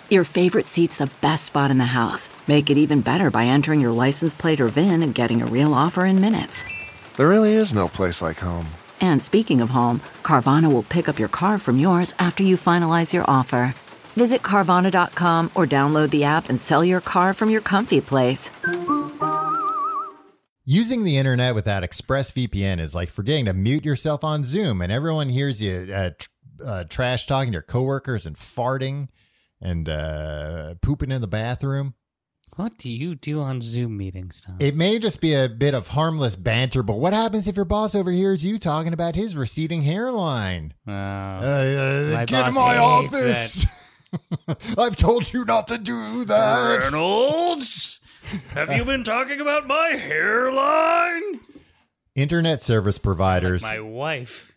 S4: Your favorite seat's the best spot in the house. Make it even better by entering your license plate or VIN and getting a real offer in minutes.
S5: There really is no place like home.
S4: And speaking of home, Carvana will pick up your car from yours after you finalize your offer. Visit Carvana.com or download the app and sell your car from your comfy place.
S2: Using the internet without ExpressVPN is like forgetting to mute yourself on Zoom, and everyone hears you uh, tr- uh, trash talking your coworkers and farting and uh, pooping in the bathroom.
S3: What do you do on Zoom meetings, Tom?
S2: It may just be a bit of harmless banter, but what happens if your boss overhears you talking about his receding hairline?
S3: Oh.
S2: Uh, uh,
S3: my
S2: get in
S3: boss
S2: my
S3: hates
S2: office! [laughs] I've told you not to do
S3: [laughs]
S2: that.
S6: Reynolds, have you been talking about my hairline?
S2: Internet service providers.
S3: my wife.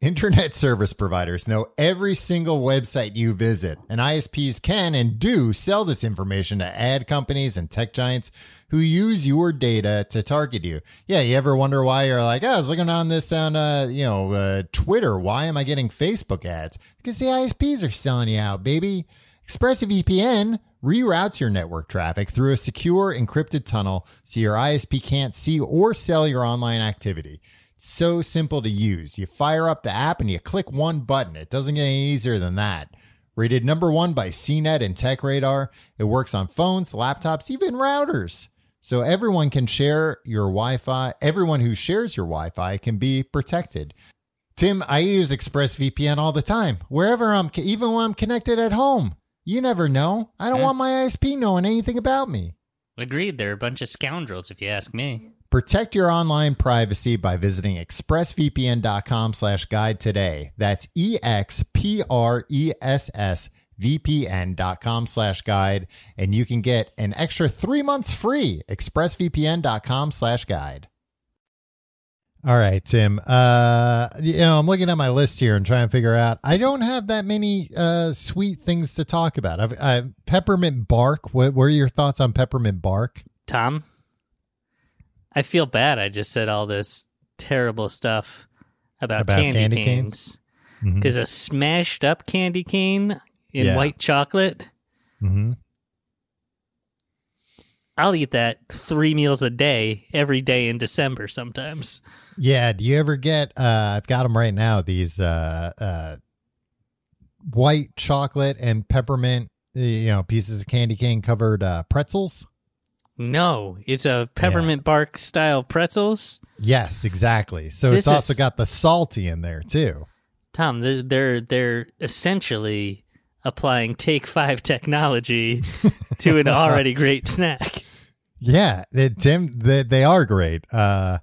S2: Internet service providers know every single website you visit, and ISPs can and do sell this information to ad companies and tech giants who use your data to target you. Yeah, you ever wonder why you're like, oh, I was looking on this on, uh, you know, uh, Twitter. Why am I getting Facebook ads? Because the ISPs are selling you out, baby. ExpressVPN reroutes your network traffic through a secure encrypted tunnel so your ISP can't see or sell your online activity so simple to use. You fire up the app and you click one button. It doesn't get any easier than that. Rated number one by CNET and TechRadar, it works on phones, laptops, even routers. So everyone can share your Wi Fi. Everyone who shares your Wi Fi can be protected. Tim, I use ExpressVPN all the time, wherever I'm, even when I'm connected at home. You never know. I don't
S3: Yeah.
S2: want my ISP knowing anything about me.
S3: Agreed. They're a bunch of scoundrels, if you ask me.
S2: Protect your online privacy by visiting E expressvpn.com slash guide today. That's E-X-P-R-E-S-S vpn.com slash guide, and you can get an extra three months free. expressvpn.com slash guide. All right, Tim. Uh, you know, I'm looking at my list here and trying to figure out. I don't have that many uh, sweet things to talk about. I've, i peppermint bark. What, what are your thoughts on peppermint bark?
S3: Tom, I feel bad. I just said all this terrible stuff about,
S2: About
S3: candy,
S2: candy
S3: canes Mm-hmm.
S2: Mhm.
S3: because a smashed up candy cane in
S2: Yeah.
S3: white chocolate.
S2: Mm-hmm.
S3: I'll eat that three meals a day every day in December sometimes.
S2: Yeah. Do you ever get? Uh, I've got them right now. These uh, uh, white chocolate and peppermint, uh, you know, pieces of candy cane covered uh, pretzels.
S3: No, it's a peppermint bark style pretzels.
S2: Yes, exactly. So
S3: This
S2: it's also
S3: is-
S2: got the salty in there too.
S3: Tom, th- they're they're essentially applying take
S2: [laughs]
S3: five technology to an already great snack.
S2: Yeah, they, Tim, they, they are great. Uh,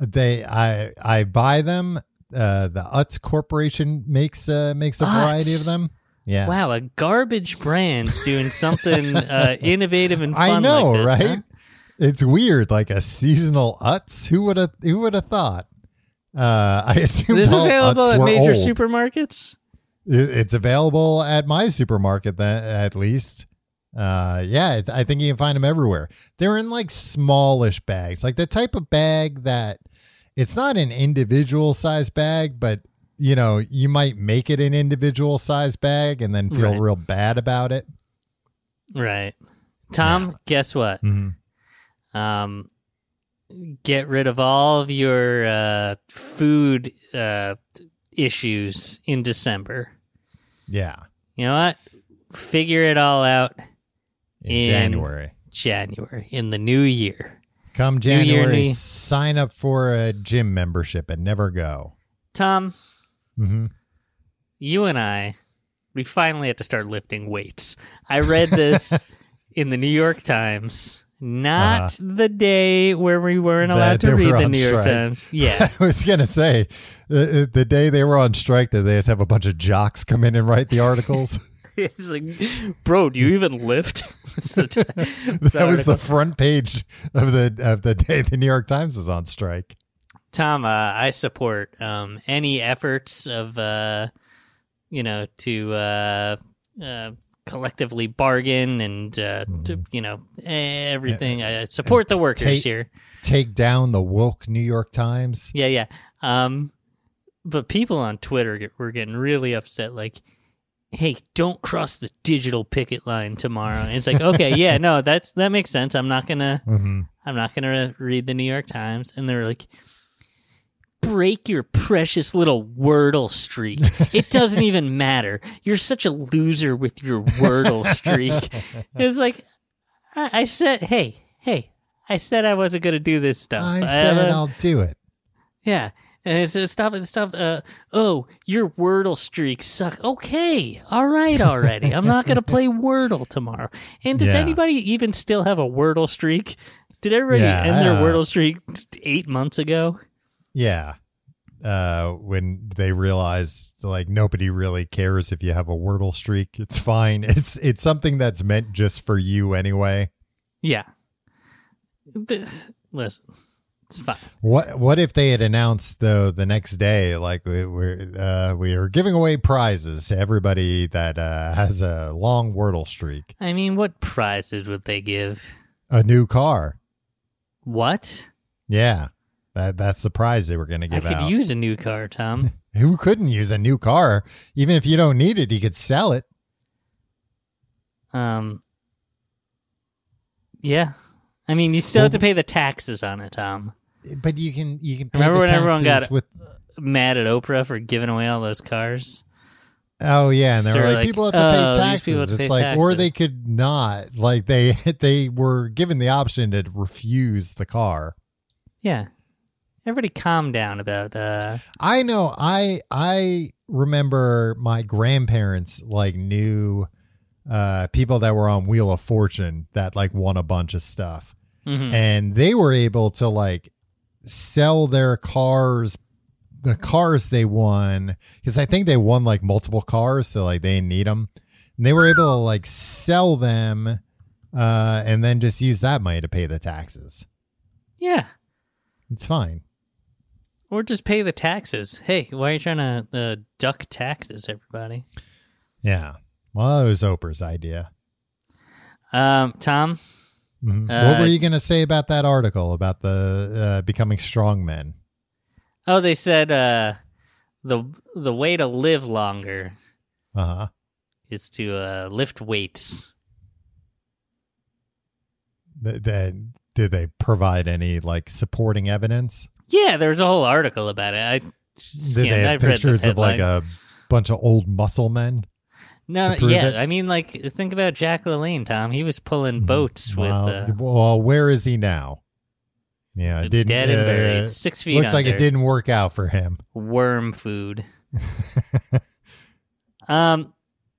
S2: they, I, I buy them. Uh, the Utz Corporation makes uh, makes a variety of
S3: Utz.
S2: them. Yeah,
S3: Wow, a garbage brand's doing
S2: [laughs]
S3: something uh, innovative and fun.
S2: I know,
S3: like this, huh?
S2: right? It's weird, like a seasonal Utz. Who would have? Who would have thought? Uh, I [laughs] assume
S3: This
S2: all
S3: available
S2: Utz
S3: at
S2: were
S3: major
S2: old.
S3: supermarkets.
S2: It- It's available at my supermarket, then at least. Uh, yeah, I- I think you can find them everywhere. They're in like smallish bags, like the type of bag that it's not an individual size bag, but you know you might make it an individual size bag and then feel
S3: Right.
S2: real bad about it.
S3: Right, Tom. Guess what?
S2: Mhm.
S3: Um, get rid of all of your uh, food uh, issues in December.
S2: Yeah,
S3: You know what? Figure it all out
S2: in,
S3: In-
S2: January.
S3: January in the new year.
S2: Come
S3: Year,
S2: January,
S3: new-
S2: sign up for a gym membership and never go.
S3: Tom,
S2: hmm
S3: you and I, we finally have to start lifting weights. I read
S2: [laughs]
S3: this in the New York Times, not
S2: Uh,
S3: the day where we weren't
S2: That
S3: allowed
S2: they
S3: to read
S2: were
S3: the
S2: on
S3: New York
S2: strike.
S3: Times.
S2: [laughs]
S3: Yeah. [laughs]
S2: I was gonna say the, the day they were on strike, did they just have a bunch of jocks come in and write the
S3: [laughs]
S2: articles?
S3: it's like, bro, do you even lift? [laughs] It's the t-
S2: [laughs]
S3: it's
S2: that was
S3: article.
S2: the front page of the of the day the New York Times was on strike.
S3: Tom, uh, I support um, any efforts of, uh, you know, to uh, uh, collectively bargain and, uh, to, you know, eh, everything. I I support the workers
S2: take-
S3: here.
S2: Take down the woke New York Times.
S3: Yeah, yeah. Um, but people on Twitter get, were getting really upset. Like, hey, don't cross the digital picket line tomorrow. And it's like, okay, yeah, no, that's that makes sense. I'm not gonna.
S2: hmm
S3: I'm not going to read the New York Times. And they're like, break your precious little Wordle streak. It
S2: [laughs]
S3: doesn't even matter. You're such a loser with your Wordle streak. It's like, I, I said, hey, hey, I said I wasn't going to do this stuff.
S2: I said
S3: uh,
S2: I'll do it.
S3: Yeah. And it's just stop it, stop. Uh, oh, your Wordle streaks suck. Okay, all right, already. I'm not
S2: [laughs]
S3: gonna play Wordle tomorrow. And does
S2: Yeah.
S3: anybody even still have a Wordle streak? Did everybody
S2: Yeah, uh,
S3: end their
S2: I-
S3: Wordle streak eight months ago?
S2: Yeah. Uh, when they realize like nobody really cares if you have a wordle streak, it's fine. [laughs] It's it's something that's meant just for you anyway.
S3: Yeah. Th- Listen, it's fine.
S2: What what if they had announced though the next day like we, we're uh, we are giving away prizes to everybody that uh, has a long wordle streak,
S3: I mean, what prizes would they give?
S2: a new car.
S3: What?
S2: Yeah, that that's the prize they were going to give
S3: I could
S2: out.
S3: use a new car, Tom.
S2: [laughs] Who couldn't use a new car? Even if you don't need it, you could sell it.
S3: Um, yeah. I mean, you still have to pay the taxes on it, Tom.
S2: But you can you can pay
S3: Remember
S2: the
S3: when everyone
S2: taxes
S3: got-
S2: with
S3: Mad at Oprah for giving away all those cars.
S2: Oh yeah, and they
S3: So
S2: were
S3: we're
S2: like,
S3: like,
S2: people have to
S3: "Oh,
S2: pay
S3: these
S2: taxes.
S3: people have
S2: It's
S3: to pay
S2: like, or they
S3: taxes.
S2: could not. Like they [laughs] they were given the option to refuse the car.
S3: Yeah. Everybody calm down about uh
S2: I know. I I remember my grandparents like knew uh, people that were on Wheel of Fortune that like won a bunch of stuff,
S3: mhm.
S2: and they were able to like sell their cars, the cars they won, because I think they won like multiple cars, so like they didn't need them. And they were able to like sell them uh, and then just use that money to pay the taxes.
S3: Yeah.
S2: It's fine.
S3: Or just pay the taxes. Hey, why are you trying to uh, duck taxes, everybody?
S2: Yeah. Well, that was Oprah's idea.
S3: Um, Tom,
S2: Mhm.
S3: Uh,
S2: what were you
S3: it's-
S2: going to say about that article about the uh, becoming strong men?
S3: Oh, they said uh, the the way to live longer
S2: Uh huh.
S3: is to uh, lift weights.
S2: Th- th- did they provide any like supporting evidence?
S3: Yeah, there was a whole article about it. I
S2: Did
S3: scanned.
S2: they have
S3: I've read the
S2: pictures of like
S3: headline.
S2: a bunch of old muscle men?
S3: no,
S2: to
S3: no,
S2: prove
S3: yeah.
S2: it? Mm,
S3: I mean, like think about Jack Lalanne, Tom. He was pulling boats with
S2: Well,
S3: uh,
S2: d- Mm-hmm. well, where is he now? Yeah, it didn't.
S3: dead and
S2: uh,
S3: buried, six feet.
S2: Looks like it
S3: under.
S2: didn't work out for him. [laughs]
S3: worm food. um,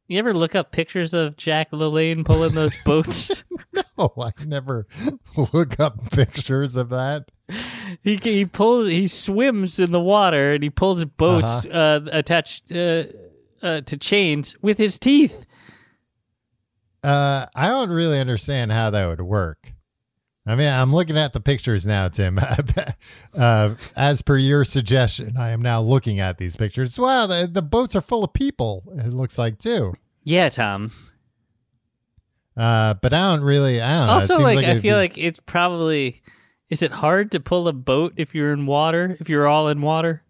S3: you ever look up pictures of Jack Lalanne
S2: [laughs]
S3: pulling those boats? [laughs]
S2: Oh, I never [laughs] look up pictures of that.
S3: He he pulls he swims in the water and he pulls boats
S2: Uh-huh.
S3: uh attached uh, uh, to chains with his teeth.
S2: Uh, I don't really understand how that would work. I mean, I'm looking at the pictures now, Tim. [laughs] uh, as per your suggestion, I am now looking at these pictures. Wow, the, the boats are full of people. It looks like too.
S3: Yeah, Tom.
S2: Uh, but I don't really. I don't know. It
S3: also,
S2: seems
S3: like, I
S2: it'd
S3: feel
S2: be-
S3: like it's probably is it hard to pull a boat if you're in water if you're all in water?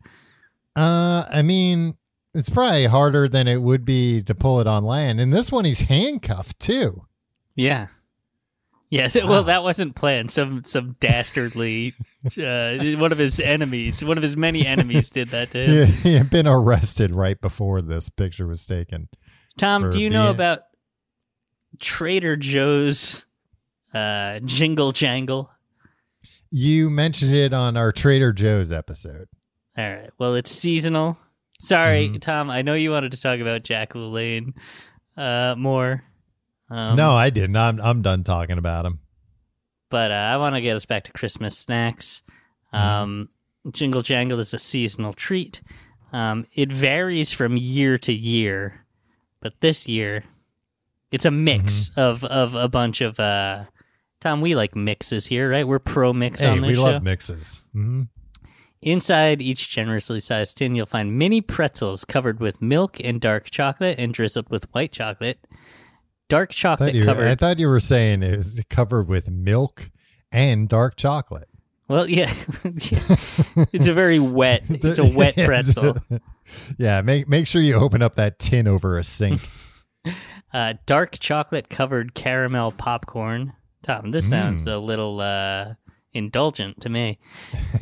S2: Uh, I mean, it's probably harder than it would be to pull it on land. And this one, he's handcuffed too.
S3: Yeah. Yeah, th- well, that wasn't planned. Some some dastardly uh, one of his enemies, one of his many enemies, did that to him.
S2: He, [laughs] he had been arrested right before this picture was taken.
S3: Tom,
S2: for
S3: do you know
S2: being-
S3: about Trader Joe's uh, jingle jangle?
S2: You mentioned it on our Trader Joe's episode.
S3: All right. Well, it's seasonal. Sorry, Tom. I know you wanted to talk about Jack LaLanne uh, more. Um,
S2: no, I didn't. I'm I'm done talking about him.
S3: but uh, I want to get us back to Christmas snacks.
S2: Mm-hmm.
S3: Um, Jingle jangle is a seasonal treat. Um, it varies from year to year, but this year, it's a mix
S2: Mm-hmm.
S3: of of a bunch of. Uh, Tom, we like mixes here, right? We're pro mix
S2: Hey,
S3: on this
S2: we
S3: show.
S2: love mixes. hmm
S3: Inside each generously sized tin, you'll find mini pretzels covered with milk and dark chocolate and drizzled with white chocolate. Dark
S2: I, thought
S3: chocolate
S2: you,
S3: covered.
S2: I thought you were saying it's covered with milk and dark chocolate.
S3: well, yeah. [laughs]
S2: [laughs]
S3: it's a very wet. It's a wet pretzel.
S2: yeah, make make sure you open up that tin over a sink.
S3: Uh, dark chocolate covered caramel popcorn. Tom, this sounds
S2: Mm.
S3: a little uh, indulgent to
S2: [laughs]
S3: me.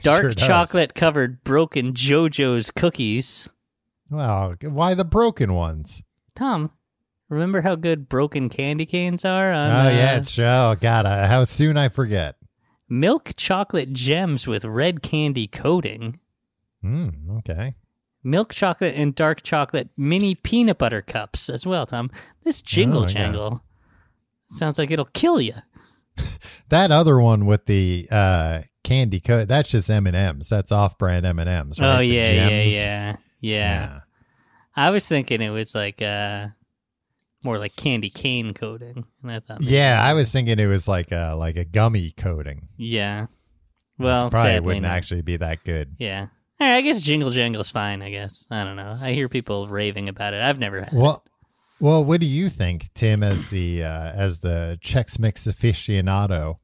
S3: Dark
S2: Sure does.
S3: chocolate covered broken JoJo's cookies.
S2: Wow, why the broken ones?
S3: Tom, remember how good broken candy canes are? On,
S2: oh
S3: uh,
S2: yeah, it's, oh god, I, how soon I forget.
S3: milk chocolate gems with red candy coating,
S2: Mm, okay,
S3: milk chocolate and dark chocolate mini peanut butter cups as well, Tom. This jingle
S2: Oh, yeah.
S3: jangle sounds like it'll kill you.
S2: that other one with the uh, candy coat that's just M and M's. That's off-brand M and M's.
S3: Oh yeah, yeah, yeah, yeah, I was thinking it was like uh more like candy cane coating, and I thought, maybe-
S2: Yeah, I was thinking it was like a like a gummy coating.
S3: yeah. Well,
S2: Probably
S3: sadly,
S2: wouldn't
S3: no.
S2: actually be that good.
S3: Yeah. All right, I guess Jingle Jangle's fine. I guess I don't know. I hear people raving about it. I've never had.
S2: Well, well, what do you think, Tim, as the uh, as the Chex Mix aficionado,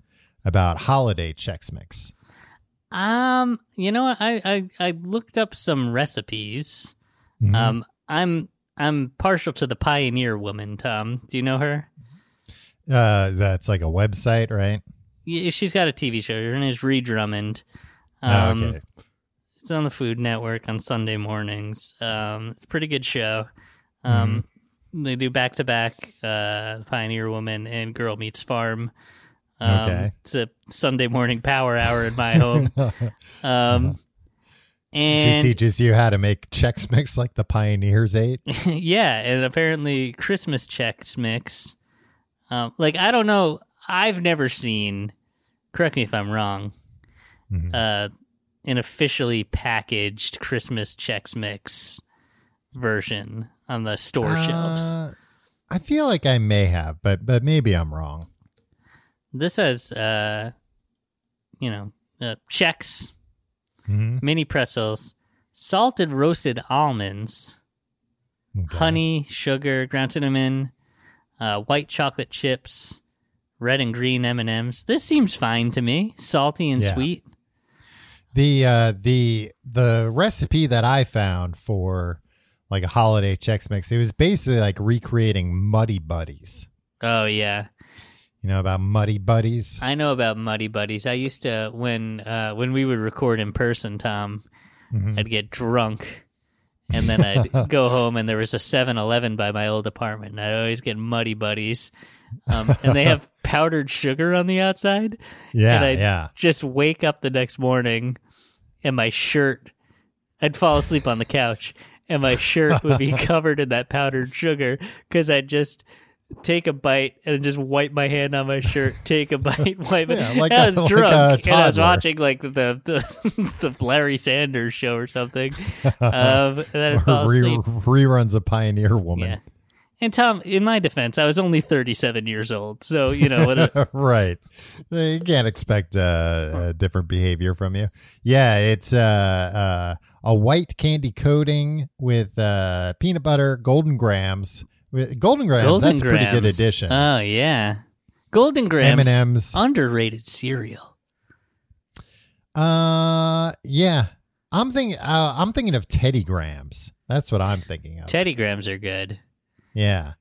S2: about holiday Chex Mix?
S3: Um, you know, what? I I, I looked up some recipes.
S2: Mhm.
S3: Um, I'm I'm partial to the Pioneer Woman. Tom, do you know her?
S2: Uh, that's like a website, right?
S3: Yeah, she's got a TV show. Her name is Ree Drummond.
S2: Oh,
S3: Um,
S2: okay.
S3: It's on the Food Network on Sunday mornings. Um, it's a pretty good show. Um,
S2: Mm-hmm.
S3: They do back to back Pioneer Woman and Girl Meets Farm. Um,
S2: Okay.
S3: It's a Sunday morning power hour in my
S2: [laughs]
S3: home. um, and
S2: she teaches you how to make Chex Mix like the pioneers ate.
S3: yeah, and apparently Christmas checks mix. Um, like I don't know, I've never seen. Correct me if I'm wrong. Uh, an officially packaged Christmas checks mix version on the store shelves.
S2: Uh, I feel like I may have, but but maybe I'm wrong.
S3: This has, uh, you know, uh, checks,
S2: Mhm.
S3: mini pretzels, salted roasted almonds,
S2: Okay.
S3: honey, sugar, ground cinnamon, uh, white chocolate chips, red and green M and M's. This seems fine to me. Salty and
S2: Yeah.
S3: sweet.
S2: The uh the the recipe that I found for like a holiday Chex Mix, it was basically like recreating Muddy Buddies.
S3: Oh yeah,
S2: You know about Muddy Buddies?
S3: I know about Muddy Buddies. I used to when uh, when we would record in person, Tom.
S2: Mhm.
S3: I'd get drunk, and then I'd go home, and there was a 7-Eleven by my old apartment, and I'd always get muddy buddies, um, and they have powdered sugar on the outside.
S2: Yeah,
S3: and I'd
S2: yeah.
S3: Just wake up the next morning, and my shirt, I'd fall asleep on the couch, and my shirt
S2: [laughs]
S3: would be covered in that powdered sugar because I'd just. Take a bite and just wipe my hand on my shirt. Take a bite, [laughs] wipe it.
S2: Yeah, like
S3: and
S2: a-
S3: I was
S2: like a
S3: drunk, and I was
S2: toddler.
S3: watching watching, like the the, [laughs] the Larry Sanders show or something. Um, and then
S2: [laughs]
S3: I fell
S2: Re-
S3: asleep.
S2: reruns of Pioneer Woman.
S3: Yeah. And Tom, in my defense, I was only 37 years old, so you know what? A,
S2: [laughs] right. You can't expect uh, uh, different behavior from you. Yeah, it's uh, uh, a white candy coating with uh, peanut butter, golden grams. Wi- Golden grams,
S3: Golden
S2: that's a pretty good
S3: Grams.
S2: addition.
S3: Oh yeah, Golden Grams,
S2: M&Ms.
S3: underrated cereal.
S2: Uh, yeah. I'm thinking. Uh, I'm thinking of Teddy Grams. That's what I'm thinking of.
S3: Teddy Grams are good,
S2: yeah.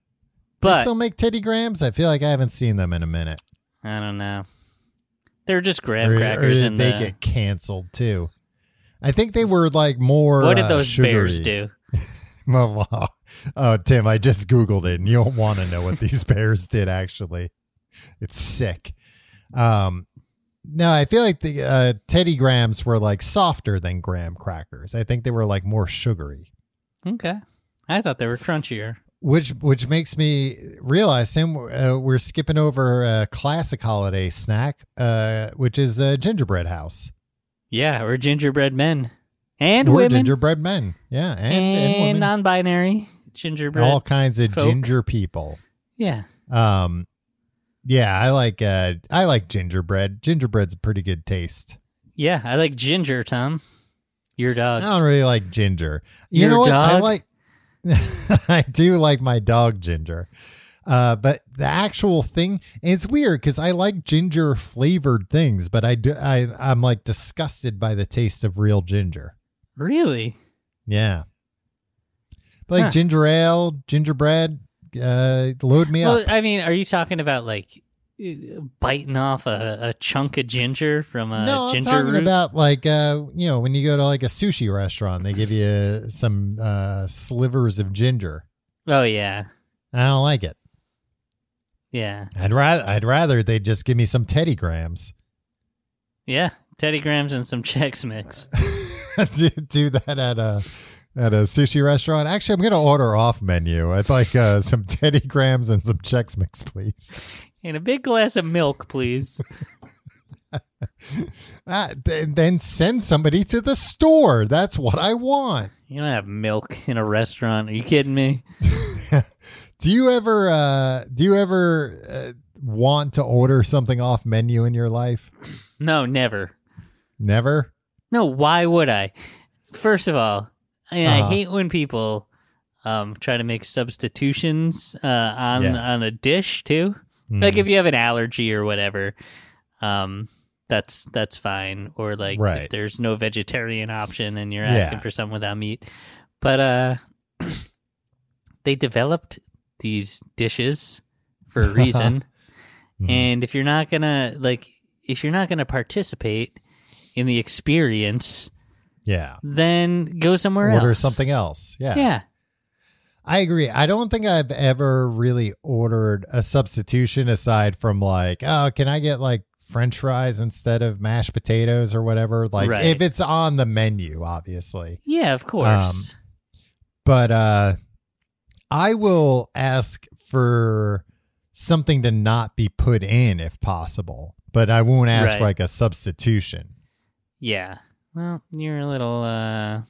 S2: they
S3: but
S2: still make Teddy Grams. I feel like I haven't seen them in a minute.
S3: I don't know. They're just graham
S2: Or- or
S3: crackers,
S2: did
S3: and
S2: they
S3: the,
S2: get canceled too. I think they were like more.
S3: what did
S2: uh,
S3: those bears
S2: sugary.
S3: do?
S2: [laughs] Oh, wow. Oh, Tim, I just Googled it and you don't want to know what
S3: [laughs]
S2: these bears did, actually. It's sick. Um, no, I feel like the uh, Teddy Grahams were like softer than graham crackers. I think they were like more sugary,
S3: Okay, I thought they were crunchier.
S2: which which makes me realize, Tim, uh, we're skipping over a classic holiday snack, uh, which is a gingerbread house
S3: Yeah, or gingerbread men and
S2: or
S3: women.
S2: gingerbread men. Yeah, and,
S3: and,
S2: and women.
S3: non-binary gingerbread.
S2: all kinds of
S3: folk.
S2: ginger people.
S3: yeah,
S2: Um, yeah, I like uh, I like gingerbread. Gingerbread's a pretty good taste.
S3: yeah. I like ginger, Tom. Your
S2: I
S3: dog.
S2: don't really like ginger. You
S3: Your
S2: know what? I
S3: dog?
S2: like. [laughs] I do like my dog ginger, uh, but the actual thing and it's weird because I like ginger flavored things, but I do I I'm like disgusted by the taste of real ginger.
S3: Really?
S2: Yeah, but like
S3: Huh.
S2: ginger ale, gingerbread. Uh, load me
S3: Well,
S2: up.
S3: I mean, are you talking about like uh, biting off a, a chunk of ginger from a
S2: no,
S3: Uh, ginger
S2: I'm talking
S3: root?
S2: about like uh, you know when you go to like a sushi restaurant, they give you some uh, slivers of ginger.
S3: oh yeah,
S2: I don't like it.
S3: yeah,
S2: I'd rather I'd rather they just give me some Teddy [laughs] Grams.
S3: yeah. Teddy Grahams and some Chex Mix.
S2: do, do that at a at a sushi restaurant. Actually, I'm gonna order off menu. I'd like uh, [laughs] some Teddy Grams and some Chex Mix, please.
S3: and a big glass of milk, please.
S2: Ah, then, then send somebody to the store. That's what I want.
S3: You don't have milk in a restaurant. Are you kidding me?
S2: Do you ever uh, do you ever uh, want to order something off menu in your life?
S3: No, never.
S2: Never.
S3: No, why would I? First of all, I,
S2: Uh-huh.
S3: I hate when people um, try to make substitutions uh, on
S2: Yeah.
S3: on a dish too.
S2: Hmm. Mm-hmm.
S3: Like if you have an allergy or whatever, um, that's that's fine. Or like
S2: Right.
S3: if there's no vegetarian option and you're
S2: Yeah.
S3: asking for something without meat. But uh, [clears throat] they developed these dishes
S2: [laughs]
S3: for a reason.
S2: Mm-hmm. Hmm.
S3: and if you're not gonna like, if you're not gonna participate in the experience
S2: Yeah.
S3: then go somewhere else.
S2: Order something else. Yeah.
S3: Yeah. yeah.
S2: I agree. I don't think I've ever really ordered a substitution aside from like, oh, can I get like french fries instead of mashed potatoes or whatever? Like
S3: Right.
S2: if it's on the menu, obviously.
S3: of course.
S2: Um, But uh I will ask for something to not be put in if possible, but I won't ask for
S3: Right.
S2: like a substitution.
S3: yeah. Well, you're a little uh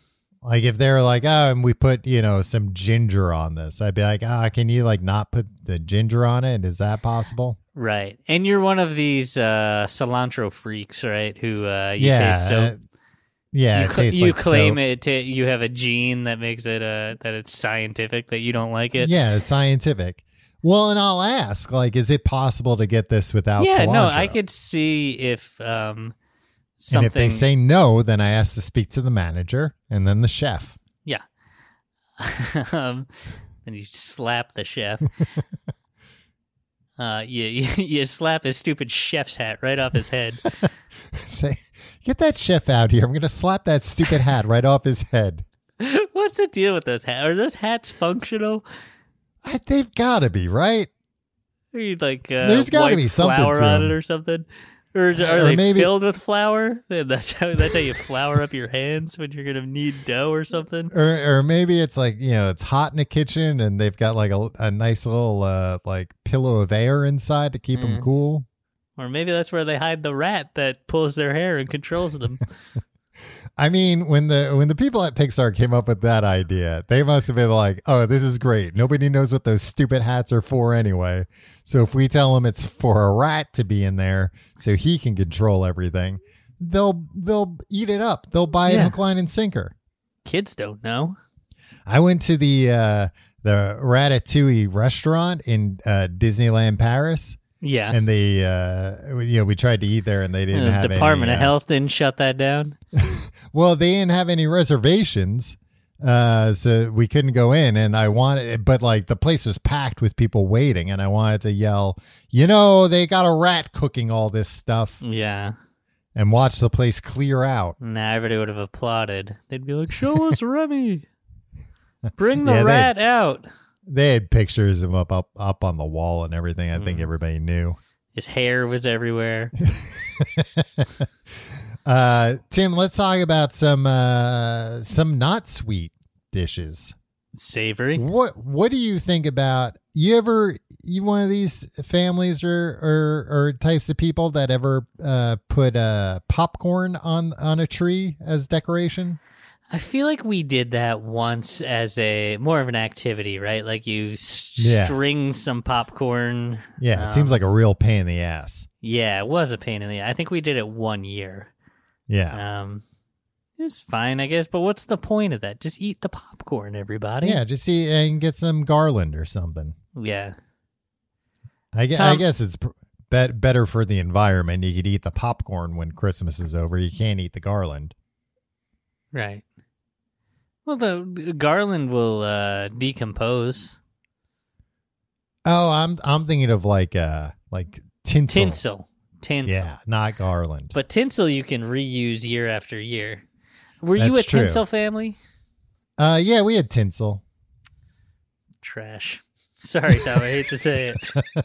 S2: Like if they're like, oh, and we put you know some ginger on this, I'd be like, ah, can you like not put the ginger on it? Is that possible?
S3: Right. And you're one of these uh, cilantro freaks, right? Who uh, you
S2: yeah,
S3: taste soap.
S2: uh, yeah.
S3: you,
S2: it
S3: cl-
S2: tastes
S3: you
S2: like
S3: claim
S2: soap.
S3: it. ta you have a gene that makes it uh, that it's scientific that you don't like it.
S2: Yeah, it's scientific. Well, and I'll ask, like, is it possible to get this without?
S3: Yeah, no, I
S2: cilantro?
S3: could see if um
S2: And
S3: something.
S2: if they say no, then I ask to speak to the manager and then the chef. [laughs]
S3: [laughs] um, and you slap the
S2: [laughs]
S3: chef. uh, you, you you slap his stupid chef's hat right off his head. [laughs]
S2: Say, get that chef out here. I'm going to slap that stupid hat right off his head.
S3: What's the deal with those hats? Are those hats functional?
S2: I, they've got to be right.
S3: Are you like uh,
S2: There's gotta
S3: wipe
S2: be something
S3: flour
S2: to
S3: on
S2: them.
S3: it or something? Or is- are
S2: Or
S3: they
S2: maybe-
S3: filled with flour? [laughs] And that's how that's how you flour up your hands when you're gonna need dough or something.
S2: Or, or maybe it's like you know, it's hot in the kitchen, and they've got like a, a nice little uh, like pillow of air inside to keep them cool.
S3: Or maybe that's where they hide the rat that pulls their hair and
S2: [laughs]
S3: controls them.
S2: I mean, when the when the people at Pixar came up with that idea, they must have been like, "Oh, this is great. Nobody knows what those stupid hats are for anyway. So if we tell them it's for a rat to be in there, so he can control everything, they'll they'll eat it up. They'll buy it
S3: Yeah.
S2: hook, line, and sinker."
S3: Kids don't know.
S2: I went to the uh, the Ratatouille restaurant in uh, Disneyland Paris,
S3: Yeah.
S2: and they uh, you know we tried to eat there, and they didn't
S3: Uh,
S2: have any,
S3: Department
S2: uh,
S3: of Health didn't shut that down.
S2: Well, they didn't have any reservations, uh, so we couldn't go in. And I wanted, but like the place was packed with people waiting, and I wanted to yell, you know, they got a rat cooking all this stuff,
S3: Yeah.
S2: and watch the place clear out.
S3: Nah, everybody would have applauded. They'd be like,
S2: [laughs]
S3: Show us Remy. Bring the
S2: Yeah, they-
S3: rat out.
S2: They had pictures of him up up up on the wall and everything. I
S3: Mm.
S2: think everybody knew. [laughs]
S3: His hair was everywhere.
S2: uh, Tim, let's talk about some uh, some not sweet dishes.
S3: [laughs] Savory.
S2: What What do you think about you ever you one of these families or or, or types of people that ever uh, put uh, popcorn on on a tree as decoration?
S3: I feel like we did that once as a more of an activity, right? Like you s-
S2: Yeah.
S3: string some popcorn. Um,
S2: Yeah, it seems like a real pain in the ass.
S3: Yeah, it was a pain in the. I think we did it one year.
S2: Yeah,
S3: Um, it's fine, I guess. But what's the point of that? Just eat the popcorn, everybody.
S2: yeah, just see uh, and get some garland or something.
S3: yeah.
S2: I guess, I
S3: Tom-
S2: guess it's pr- bet- better for the environment. You could eat the popcorn when Christmas is over. You can't eat the garland.
S3: Right. Well, the garland will uh, decompose.
S2: Oh, I'm I'm thinking of like uh like tinsel.
S3: Tinsel, tinsel.
S2: Yeah, not garland.
S3: But tinsel you can reuse year after year. Were you a
S2: That's true.
S3: tinsel family?
S2: uh yeah, we had tinsel.
S3: Trash. [laughs] Sorry, Tom. I hate to say it.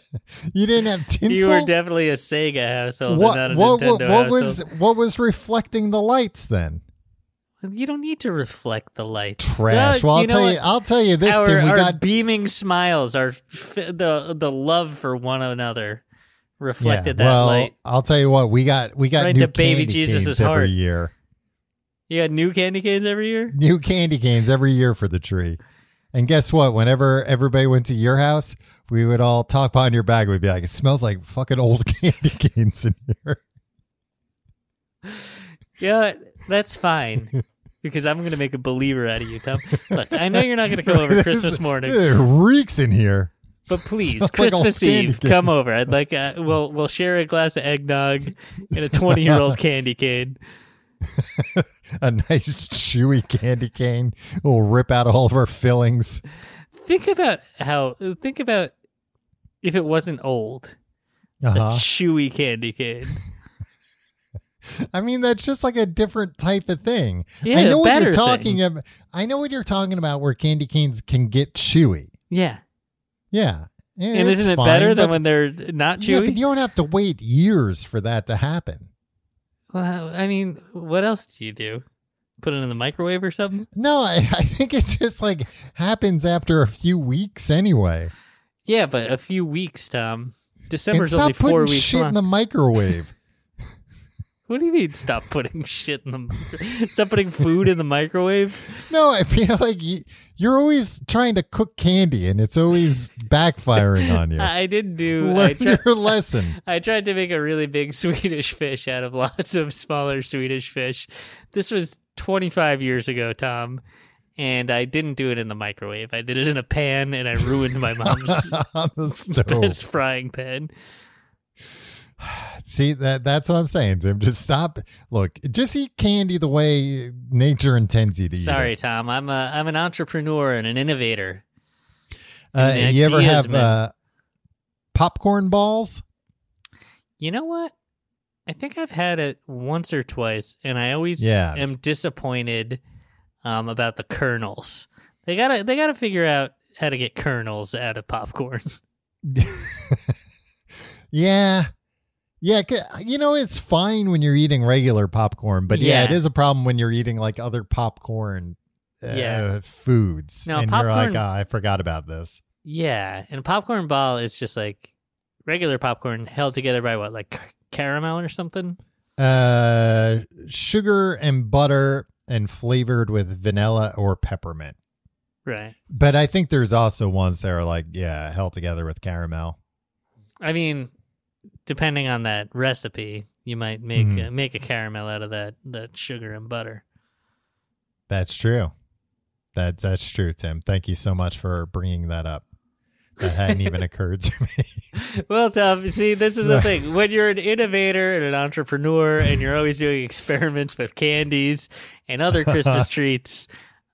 S2: You didn't have tinsel.
S3: You were definitely a Sega household, and
S2: what
S3: not a
S2: what,
S3: Nintendo
S2: what, what
S3: household.
S2: was what was reflecting the lights then?
S3: You don't need to reflect the lights. Uh,
S2: Trash. Well, I'll
S3: know
S2: tell
S3: what?
S2: you. I'll tell you this.
S3: our,
S2: Tim, we
S3: our
S2: got
S3: beaming smiles, our f- the the love for one another, reflected
S2: yeah,
S3: that
S2: well,
S3: light.
S2: I'll tell you what. We got we got
S3: Right
S2: new
S3: to baby
S2: candy
S3: Jesus'
S2: canes every
S3: heart.
S2: year.
S3: You got new candy canes every year.
S2: new candy canes every year for the tree. And guess what? Whenever everybody went to your house, we would all talk behind your back. We'd be like, "It smells like fucking old [laughs] candy canes in here."
S3: Yeah, that's
S2: [laughs]
S3: fine. Because I'm going to make a believer out of you, Tom. Look, I know you're not
S2: [laughs]
S3: going to come over Christmas morning,
S2: It reeks in here.
S3: but please,
S2: Sounds like old
S3: Christmas
S2: candy
S3: Eve,
S2: cane.
S3: come over. I'd like uh, we'll we'll share a glass of eggnog and a 20
S2: [laughs]
S3: year old candy cane.
S2: A nice [laughs] chewy candy cane will rip out all of our fillings.
S3: Think about how. Think about if it wasn't old,
S2: Uh
S3: a
S2: huh.
S3: chewy candy cane.
S2: I mean, that's just like a different type of thing.
S3: Yeah,
S2: I know
S3: a
S2: what you're
S3: better
S2: talking
S3: thing.
S2: about. I know what you're talking about. Where candy canes can get chewy.
S3: Yeah,
S2: Yeah.
S3: and
S2: it's
S3: isn't it
S2: fine,
S3: better
S2: but-
S3: than when they're not
S2: Yeah, but
S3: chewy?
S2: you don't have to wait years for that to happen.
S3: well, I mean, what else do you do? Put it in the microwave or something?
S2: No, [laughs] I, I think it just like happens after a few weeks anyway.
S3: Yeah, but a few weeks, Tom.
S2: And
S3: December's only
S2: stop
S3: four
S2: putting
S3: weeks
S2: shit
S3: [laughs] long.
S2: in the microwave.
S3: What do you mean? Stop putting [laughs] shit in the. Stop putting food in the microwave.
S2: No, I feel like you, you're always trying to cook candy and it's always backfiring on you.
S3: [laughs] I didn't do. I
S2: Learn
S3: tried,
S2: your
S3: [laughs]
S2: lesson. [laughs]
S3: I tried to make a really big [laughs] Swedish fish out of lots of smaller Swedish fish. This was 25 years ago, Tom, and I didn't do it in the microwave. I did it in a pan, and I ruined
S2: [laughs]
S3: my mom's
S2: on the
S3: [laughs] best
S2: stove.
S3: frying pan.
S2: See that that's what I'm saying, Tim. Just stop. Look, just eat candy the way nature intends you to eat.
S3: Sorry,
S2: it.
S3: Tom. I'm a I'm an entrepreneur and an innovator.
S2: Uh,
S3: and
S2: you ever
S3: ideas,
S2: have
S3: man.
S2: uh, popcorn balls?
S3: You know what? I think I've had it once or twice, and I always
S2: Yeah.
S3: am disappointed um, about the kernels. They gotta they gotta figure out how to get kernels out of popcorn.
S2: Yeah. Yeah, 'ca- you know it's fine when you're eating regular popcorn, but yeah, it
S3: Yeah.
S2: is a problem when you're eating like other popcorn uh,
S3: Yeah.
S2: foods,
S3: No,
S2: and you're
S3: popcorn-
S2: like, "Ah, I forgot about this.
S3: yeah, and popcorn ball is just like regular popcorn held together by what, like c- caramel or something.
S2: Uh, sugar and butter, and flavored with vanilla or peppermint.
S3: Right.
S2: But I think there's also ones that are like, yeah, held together with caramel.
S3: I mean, depending on that recipe, you might make
S2: Mhm.
S3: uh, make a caramel out of that that sugar and butter.
S2: That's true. That that's true, Tim. Thank you so much for bringing that up. That hadn't
S3: [laughs]
S2: even occurred to me.
S3: Well, Tom, see, this is the thing. When you're an innovator and an entrepreneur and you're always doing experiments with candies and
S2: [laughs]
S3: other Christmas treats,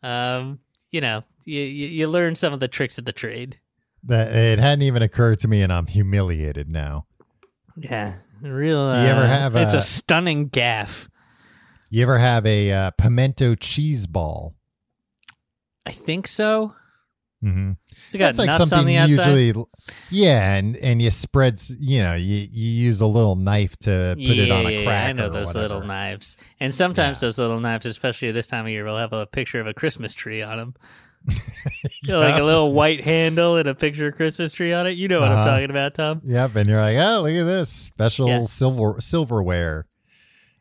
S3: um, you know, you, you, you learn some of the tricks of the trade.
S2: That it hadn't even occurred to me, and I'm humiliated now.
S3: Yeah. Real.
S2: You ever
S3: uh,
S2: have
S3: It's
S2: a-
S3: a stunning gaff.
S2: You ever have a uh, pimento cheese ball?
S3: I think so.
S2: Mm-hmm.
S3: It's got nuts on the outside.
S2: usually, yeah, and and you spread, s- you know, you you use a little knife to put it on a crack.
S3: I know
S2: or
S3: those
S2: whatever.
S3: little knives. And sometimes
S2: Yeah.
S3: those little knives, especially this time of year, will have a picture of a Christmas tree
S2: [laughs]
S3: on them. Like a little white handle and a picture of Christmas tree on it. You know what I'm
S2: Uh-huh.
S3: talking about, Tom.
S2: Yep, and you're like, oh, look at this special
S3: Yeah.
S2: silver silverware.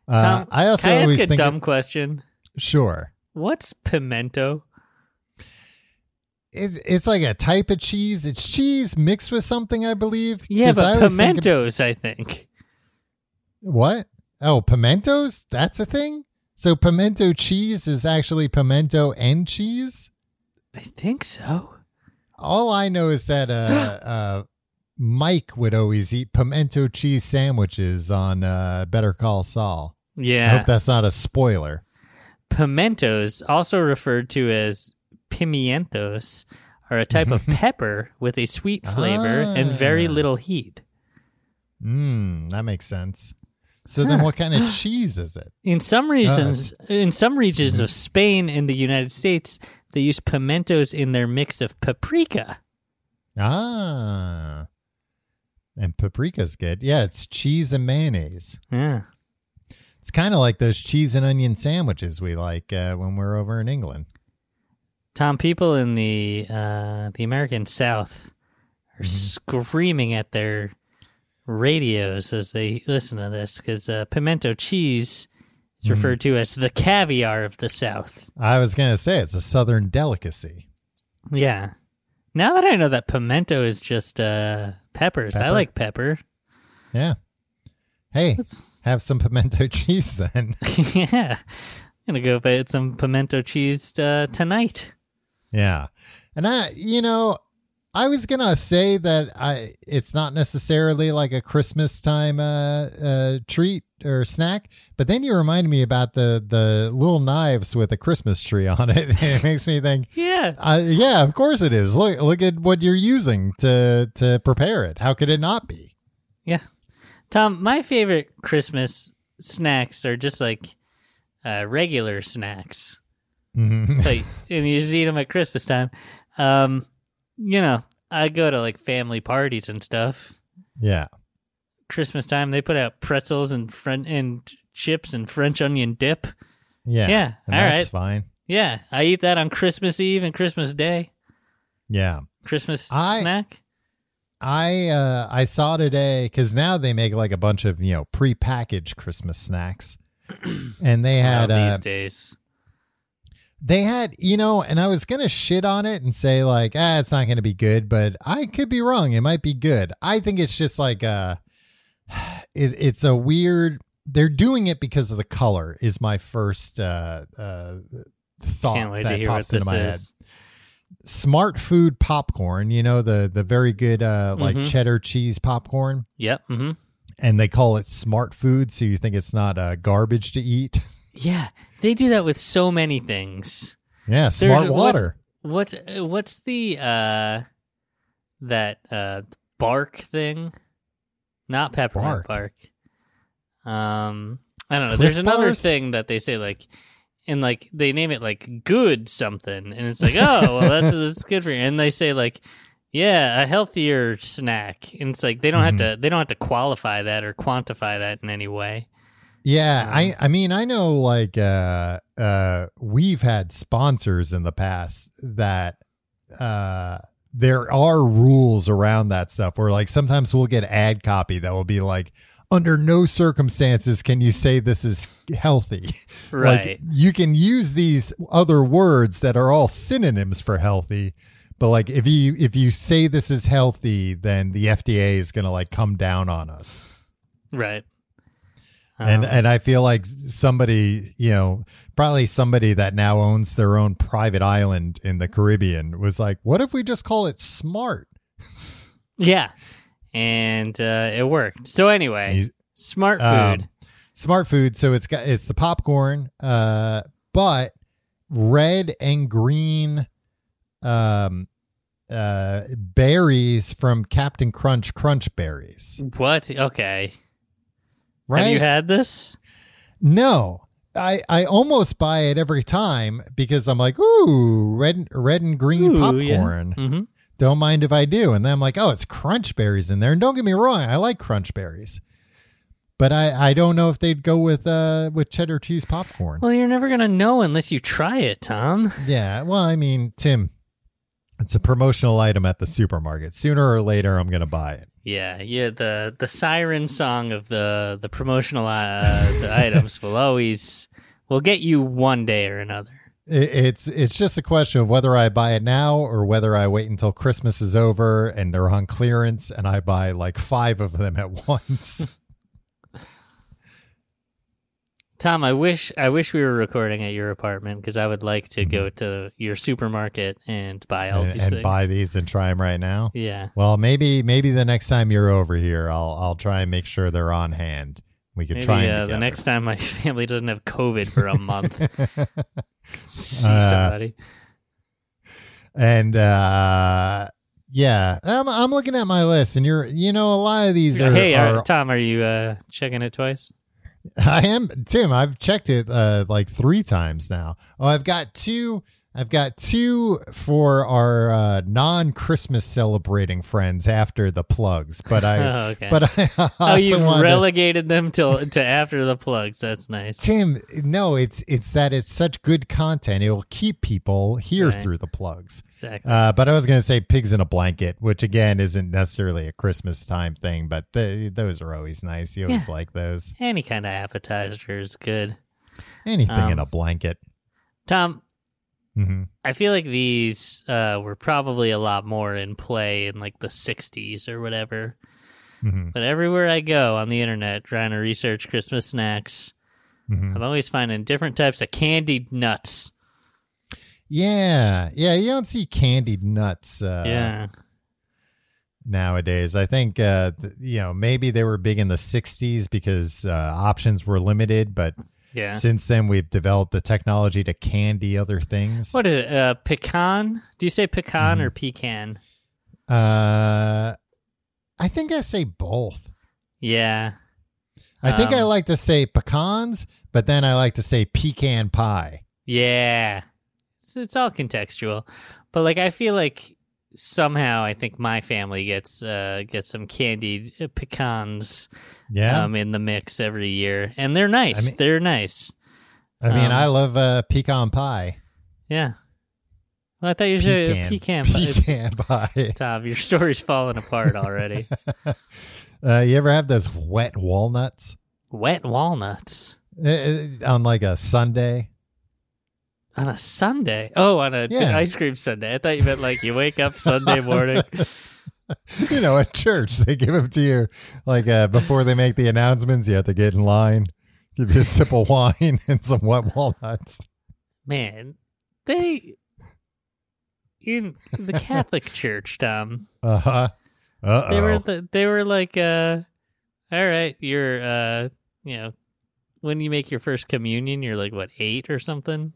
S2: Uh,
S3: Tom,
S2: I also
S3: can I ask
S2: always
S3: a
S2: think, of-
S3: dumb question?
S2: sure,
S3: What's pimento?
S2: it, it's like a type of cheese. It's cheese mixed with something, I believe.
S3: Yeah,
S2: 'Cause I
S3: but
S2: always think of-
S3: pimentos, I think.
S2: What? Oh, pimentos? That's a thing? So pimento cheese is actually pimento and cheese?
S3: I think so.
S2: All I know is that uh,
S3: [gasps]
S2: uh, Mike would always eat pimento cheese sandwiches on uh, Better Call Saul. I
S3: Yeah.
S2: hope that's not a spoiler.
S3: Pimentos, also referred to as pimientos, are a type of pepper with a sweet flavor and very
S2: Ah.
S3: little heat.
S2: Mm, that makes sense. So then what kind of cheese is it?
S3: In some regions, in some regions of Spain and the United States, they use pimentos in their mix of paprika.
S2: Ah. And paprika's good. Yeah, it's cheese and mayonnaise.
S3: Yeah.
S2: It's kind of like those cheese and onion sandwiches we like uh, when we're over in England.
S3: Tom, people in the uh, the American South are screaming at their radios as they listen to this because uh, pimento cheese is referred to as the caviar of the South.
S2: I was gonna say it's a southern delicacy.
S3: Yeah. Now that I know that pimento is just uh, peppers, I
S2: Pepper?
S3: like pepper. [laughs]
S2: Yeah. Hey,
S3: That's-
S2: have some pimento [laughs] cheese then.
S3: yeah. I'm going to go get some pimento cheese uh, tonight.
S2: yeah. And I, you know, I was gonna say that I it's not necessarily like a Christmas time uh, uh, treat or snack, but then you reminded me about the the little knives with a Christmas tree [laughs] on it. and it makes me think.
S3: Yeah.
S2: Uh, yeah, of course it is. Look, look at what you're using to to prepare it. How could it not be?
S3: Yeah. Tom, my favorite Christmas snacks are just like uh, regular snacks.
S2: Mhm.
S3: Like, [laughs] and you just eat them at Christmas time. Um, you know, I go to like family parties and stuff.
S2: [laughs] yeah.
S3: Christmas time, they put out pretzels and French and chips and French onion dip.
S2: Yeah.
S3: Yeah,
S2: And
S3: all
S2: that's
S3: right.
S2: fine.
S3: Yeah, I eat that on Christmas Eve and Christmas Day.
S2: Yeah.
S3: Christmas
S2: I-
S3: snack.
S2: I uh, I saw today because now they make like a bunch of you know prepackaged Christmas
S3: [clears throat]
S2: snacks, and they had
S3: Well,
S2: uh,
S3: Oh, these days.
S2: they had you know, and I was gonna shit on it and say like ah it's not gonna be good, but I could be wrong. It might be good. I think it's just like uh, [sighs] it, it's a weird. They're doing it because of the color. Is my first uh, uh, thought
S3: Can't wait
S2: that
S3: to hear what
S2: pops into
S3: this
S2: my head
S3: is.
S2: smart food popcorn you know the the very good uh like
S3: Mhm.
S2: cheddar cheese popcorn
S3: Yep. hmm
S2: and they call it smart food so you think it's not uh garbage to eat
S3: Yeah, they do that with so many things.
S2: [laughs] yeah
S3: There's-
S2: smart water
S3: What's what's, uh, what's the uh that uh bark thing? Not peppermint bark. Um, I don't know.
S2: Clif
S3: There's another
S2: bars?
S3: thing that they say like, and like they name it like good something, and it's like oh
S2: [laughs]
S3: well that's that's good for you, and they say like. Yeah, a healthier snack, and it's like they don't
S2: Mm-hmm.
S3: have to they don't have to qualify that or quantify that in any way.
S2: yeah
S3: Um,
S2: i i mean i know like uh uh we've had sponsors in the past that uh there are rules around that stuff where like sometimes we'll get ad copy that will be like under no circumstances can you say this is healthy Like,
S3: Right?
S2: you can use these other words that are all synonyms for healthy, but like if you if you say this is healthy, then the FDA is going to like come down on us.
S3: right.
S2: and
S3: Um,
S2: and I feel like somebody, you know, probably somebody that now owns their own private island in the Caribbean was like, "What if we just call it smart?"
S3: Yeah. And uh, it worked. So anyway,
S2: You-
S3: smart
S2: Um,
S3: food.
S2: smart food. So it's got it's the popcorn, uh, but red and green um uh berries from Captain Crunch Crunch berries.
S3: what? Okay.
S2: Right?
S3: Have you had this?
S2: no. I, I almost buy it every time because I'm like, ooh, red red and green
S3: Ooh, yeah.
S2: popcorn.
S3: hmm
S2: Don't mind if I do. And then I'm like, oh, it's crunch berries in there. And don't get me wrong, I like crunch berries. But I, I don't know if they'd go with uh with cheddar cheese popcorn.
S3: Well, you're never gonna know unless you try it, Tom.
S2: Yeah. Well, I mean, Tim, it's a promotional item at the supermarket. Sooner or later, I'm going to buy it.
S3: Yeah, yeah. The the siren song of the the promotional uh, [laughs] the items will always will get you one day or another.
S2: I- It's it's just a question of whether I buy it now or whether I wait until Christmas is over and they're on clearance and I buy like five of them at [laughs] once.
S3: Tom, I wish I wish we were recording at your apartment because I would like to go to your supermarket and buy all
S2: Mm-hmm. and,
S3: these
S2: and
S3: things.
S2: buy these and try them right now.
S3: yeah.
S2: Well, maybe maybe the next time you're over here, I'll I'll try and make sure they're on hand. We could
S3: Maybe
S2: try 'em
S3: uh, the
S2: together.
S3: next time my [laughs] family doesn't have COVID for
S2: [laughs]
S3: a month. See
S2: Uh,
S3: somebody.
S2: and uh yeah, I'm I'm looking at my list, and you're you know a lot of these are
S3: hey,
S2: are
S3: uh, Tom, are you uh, checking it twice?
S2: I am Tim. I've checked it uh, like three times now. Oh, I've got two. I've got two for our uh, non-Christmas celebrating friends after the plugs, but I.
S3: oh, [laughs] okay.
S2: But I. [laughs] also
S3: oh, you've
S2: wanted to-
S3: relegated them till to after the plugs. That's nice.
S2: Tim, no, it's it's that it's such good content. It will keep people here
S3: Right.
S2: through the plugs.
S3: Exactly.
S2: Uh, but I was going to say pigs in a blanket, which again isn't necessarily a Christmas time thing, but th those are always nice. You always
S3: Yeah.
S2: like those.
S3: Any kind of appetizer is good.
S2: Anything in
S3: Um,
S2: a blanket.
S3: Tom,
S2: hmm
S3: I feel like these uh, were probably a lot more in play in like the '60s or whatever.
S2: hmm
S3: But everywhere I go on the internet trying to research Christmas snacks,
S2: hmm
S3: I'm always finding different types of candied nuts.
S2: Yeah, yeah, you don't see candied nuts uh,
S3: yeah.
S2: nowadays. I think uh, th- you know maybe they were big in the '60s because uh, options were limited, but
S3: Yeah.
S2: since then we've developed the technology to candy other things.
S3: What is it? Uh, pecan? Do you say
S2: Hmm.
S3: pecan or pecan?
S2: Uh, I think I say both.
S3: Yeah.
S2: I think I
S3: Um,
S2: like to say pecans, but then I like to say pecan pie.
S3: Yeah. It's, it's all contextual. But like I feel like somehow I think my family gets uh gets some candied uh, pecans
S2: Yeah,
S3: um in the mix every year and they're nice.
S2: mean-
S3: they're nice.
S2: I mean
S3: um,
S2: I love uh, pecan pie.
S3: Yeah. Well, I thought you should pecan. pie.
S2: Pecan pie. [laughs]
S3: Tom, your story's falling apart already.
S2: Uh, you ever have those wet walnuts
S3: Wet walnuts
S2: Uh, uh, on like a Sunday?
S3: on a Sunday. Oh, on a
S2: Yeah.
S3: ice cream Sunday. I thought you meant like you wake up Sunday
S2: [laughs]
S3: morning.
S2: you know, at church they give them to you like uh, before they make the announcements. You have to get in line, give you a sip of wine [laughs] and some wet walnuts.
S3: Man, they in
S2: [laughs]
S3: the Catholic Church, Tom.
S2: Uh huh. Uh
S3: They were
S2: oh.
S3: the, they were like, uh, all right, you're uh, you know, when you make your first communion, you're like what eight or something.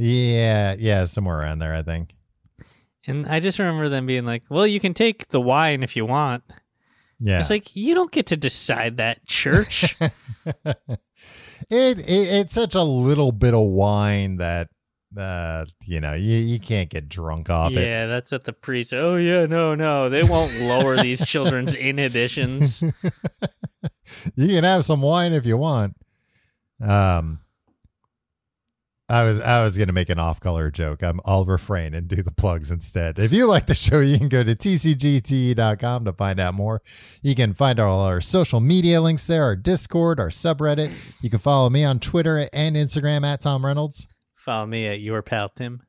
S2: Yeah, yeah, somewhere around there, I think.
S3: And I just remember them being like, well, you can take the wine if you want.
S2: Yeah.
S3: It's like you don't get to decide
S2: [laughs]
S3: that, church.
S2: it, it it's such a little bit of wine that uh you know you, you can't get drunk off it
S3: yeah, that's what the priest. Oh yeah, no, no, they won't lower
S2: [laughs]
S3: these children's inhibitions.
S2: you can have some wine if you want. Um, I was I was gonna make an off color joke. I'm I'll refrain and do the plugs instead. If you like the show, you can go to tcgt.com to find out more. You can find all our social media links there, our Discord, our subreddit. You can follow me on Twitter and Instagram at Tom Reynolds.
S3: Follow me at your pal Tim.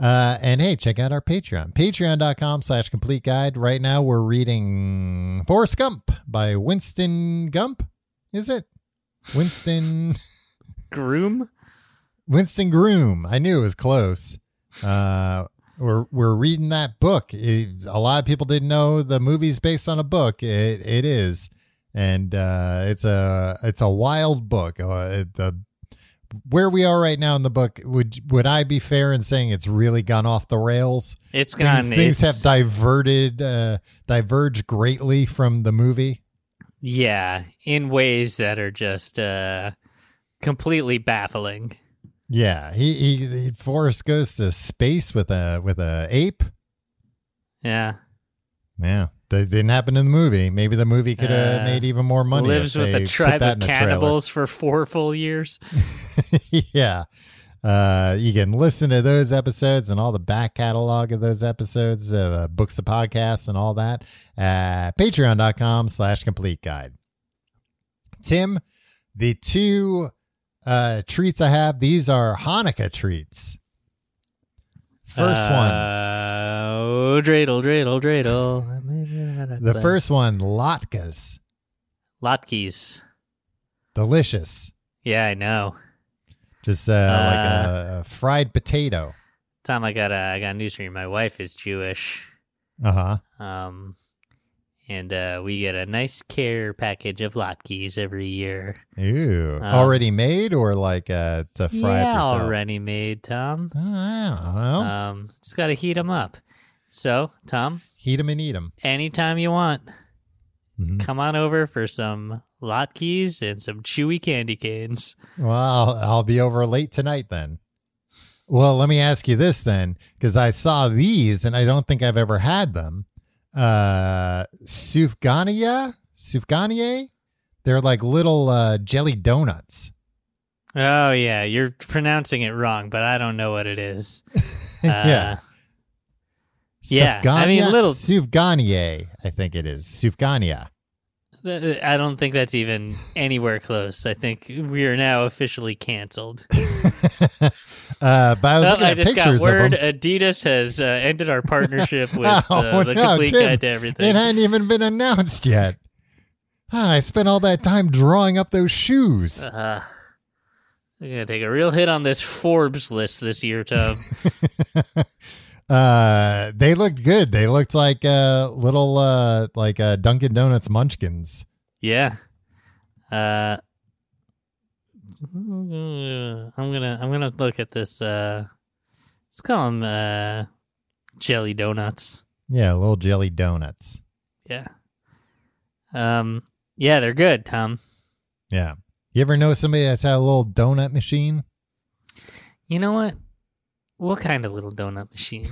S2: Uh, and hey, check out our Patreon, patreon.com slash complete guide. Right now we're reading Forrest Gump by Winston Gump. Is it? Winston [laughs]
S3: Groom.
S2: Winston Groom. I knew it was close. Uh, we're we're reading that book. It- a lot of people didn't know the movie's based on a book. It it is, and uh, it's a it's a wild book. Uh, the where we are right now in the book would would I be fair in saying it's really gone off the rails?
S3: It's gone.
S2: Things, things have
S3: it's-
S2: diverted uh, diverged greatly from the movie.
S3: Yeah, in ways that are just uh completely baffling.
S2: Yeah, he he, he Forrest goes to space with a with a ape.
S3: Yeah.
S2: Yeah. That didn't happen in the movie. Maybe the movie could have
S3: Uh,
S2: made even more money.
S3: Lives
S2: if
S3: with
S2: they
S3: a
S2: put
S3: tribe
S2: that
S3: of
S2: in the trailer.
S3: cannibals for four full years.
S2: [laughs] yeah. Uh, you can listen to those episodes and all the back catalog of those episodes, uh, books of podcasts and all that at patreon.com slash complete guide. Tim, the two uh, treats I have, these are Hanukkah treats. First one.
S3: Uh, oh, dreidel, dreidel, dreidel.
S2: The first one, latkes.
S3: Latkes.
S2: Delicious.
S3: Yeah, I know.
S2: Just uh, like a, a fried potato.
S3: Tom, I got uh, I got news for you. My wife is Jewish.
S2: Uh huh.
S3: Um and uh, we get a nice care package of latkes every year.
S2: Ooh.
S3: Um,
S2: already made or like uh, to fry
S3: yeah,
S2: up yourself?
S3: already made, Tom.
S2: Oh, I don't know.
S3: Um, just got to heat them up. So, Tom,
S2: Heat 'em and eat
S3: [laughs]
S2: 'em.
S3: anytime you want,
S2: Mhm.
S3: come on over for some latkes and some chewy candy canes.
S2: Well, I'll, I'll be over late tonight then. Well, let me ask you this then, because I saw these and I don't think I've ever had them. Uh, Sufganiya? Sufganiye? They're like little uh, jelly donuts. [laughs]
S3: Oh yeah, you're pronouncing it wrong, but I don't know what it is.
S2: Yeah.
S3: Uh, Yeah, I mean,
S2: Sufganiya?
S3: little-
S2: Sufganiye, I think it is. Sufganiya.
S3: Uh, uh, I don't think that's even anywhere close. I think we are now officially canceled.
S2: uh, but I was
S3: Oh,
S2: looking
S3: I
S2: at
S3: just got
S2: pictures
S3: word
S2: of them.
S3: Adidas has uh, ended our
S2: [laughs]
S3: partnership with uh,
S2: Oh,
S3: the
S2: no,
S3: complete
S2: Tim,
S3: guide to everything.
S2: It hadn't even been announced yet. Ah, I spent all that time drawing up those shoes.
S3: Uh, I'm gonna take a real hit on this Forbes list this year, Tom. Uh-huh.
S2: uh, they looked good. They looked like uh, little uh, like uh, Dunkin' Donuts munchkins.
S3: yeah. Uh, I'm gonna I'm gonna look at this. Uh, let's call them uh, jelly donuts.
S2: Yeah, little jelly donuts.
S3: Yeah. Um. Yeah, they're good, Tom.
S2: Yeah. You ever know somebody that's had a little donut machine?
S3: You know what? What kind of little donut machine?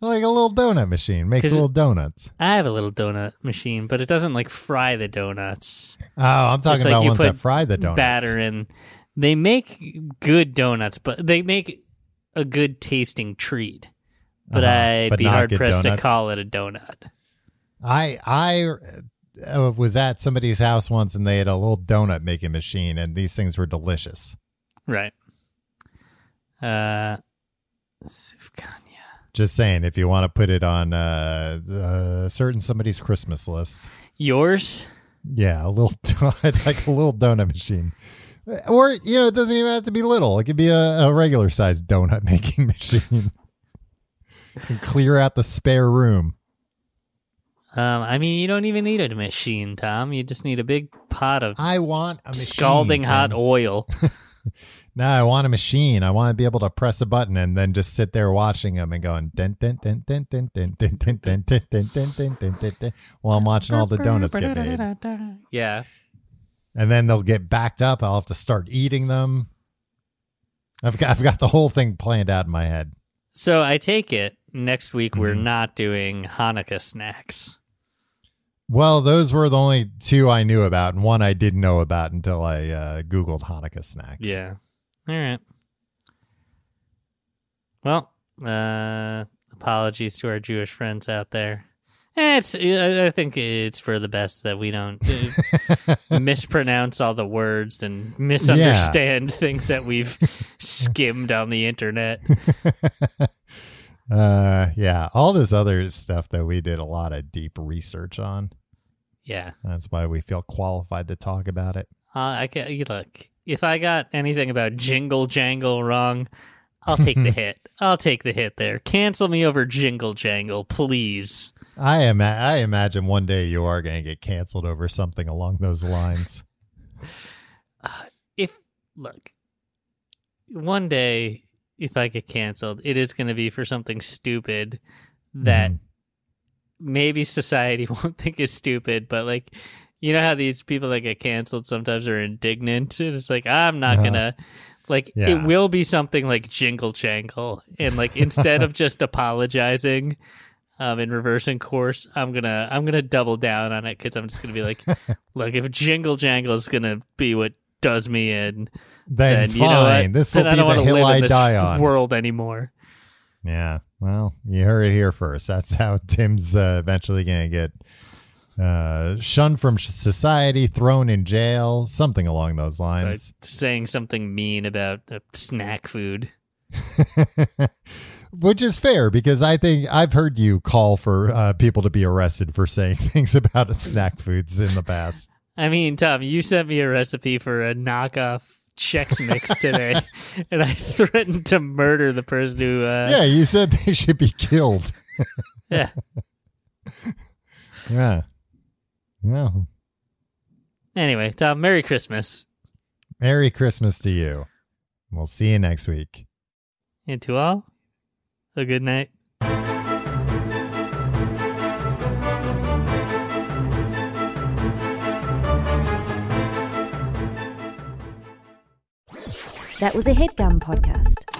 S2: Like a little donut machine makes
S3: 'Cause-
S2: little donuts.
S3: I have a little donut machine, but it doesn't like fry the donuts.
S2: Oh, I'm talking
S3: It's like
S2: about
S3: you
S2: ones
S3: put
S2: that fry the donuts.
S3: batter in. They make good donuts, but they make a good tasting treat, but
S2: Uh-huh.
S3: I'd
S2: But
S3: be
S2: not
S3: hard
S2: good
S3: pressed to
S2: donuts.
S3: call it a donut.
S2: I I uh, was at somebody's house once, and they had a little donut making machine, and these things were delicious.
S3: Right. Uh, Sufganya.
S2: Just saying, if you want to put it on uh, uh, certain somebody's Christmas list,
S3: Yours?
S2: yeah, a little [laughs] I'd like a little donut machine, Uh, or you know, it doesn't even have to be little. It could be a, a regular sized donut [laughs] making machine. [laughs] Can clear out the spare room.
S3: Um, I mean, you don't even need a machine, Tom. You just need a big pot of
S2: I want a machine,
S3: scalding hot
S2: Tim. [laughs]
S3: oil.
S2: No, I want a machine. I want to be able to press a button and then just sit there watching them and going dun dun dun dun dun dun dun dun dun dun dun dun dun dun dun dun while I'm watching all the donuts get made.
S3: yeah.
S2: And then they'll get backed up. I'll have to start eating them. I've got I've got the whole thing planned out in my head.
S3: So I take it next week we're
S2: Mhm.
S3: not doing Hanukkah snacks.
S2: Well, those were the only two I knew about, and one I didn't know about until I uh, Googled Hanukkah snacks.
S3: All right. Well, uh, apologies to our Jewish friends out there. Eh, It's. I I think it's for the best that we don't uh, mispronounce all the words and misunderstand things that we've skimmed on the internet.
S2: [laughs] uh, yeah. All this other stuff that we did a lot of deep research on.
S3: Yeah.
S2: That's why we feel qualified to talk about it.
S3: Uh, I can you look. If I got anything about jingle jangle wrong, I'll take the hit. I'll take the hit there. Cancel me over jingle jangle, please.
S2: I am. I imagine one day you are going to get canceled over something along those lines.
S3: If look, one day if I get canceled, it is going to be for something stupid that
S2: Mhm.
S3: maybe society [laughs] won't think is stupid, but like you know how these people that get canceled sometimes are indignant and it's like I'm not
S2: Uh-huh.
S3: gonna like it
S2: Yeah.
S3: will be something like jingle jangle and
S2: [laughs]
S3: like instead of just apologizing um and reversing course i'm gonna i'm gonna double down on it because i'm just gonna
S2: [laughs]
S3: be like look if jingle jangle is gonna be what does me in
S2: then,
S3: [laughs] then
S2: fine.
S3: you know what?
S2: This will
S3: then
S2: be
S3: i don't
S2: the
S3: want to
S2: hill
S3: live
S2: I
S3: in this
S2: die on.
S3: world anymore
S2: Yeah. Well, you heard it here first. That's how Tim's uh, eventually going to get uh, shunned from sh- society, thrown in jail, something along those
S3: Like,
S2: lines.
S3: saying something mean about uh, snack food
S2: Which is fair because I think I've heard you call for uh, people to be arrested for saying [laughs] things about snack foods in the past.
S3: I mean, Tom, you sent me a recipe for a knockoff Chex Mix today,
S2: [laughs]
S3: and I threatened to murder the person who. Uh,
S2: yeah, you said they should be killed.
S3: Yeah.
S2: yeah. Yeah.
S3: Anyway, Tom, Merry Christmas,
S2: Merry Christmas to you. We'll see you next week.
S3: and to all, a good night.
S7: That was a headgum podcast.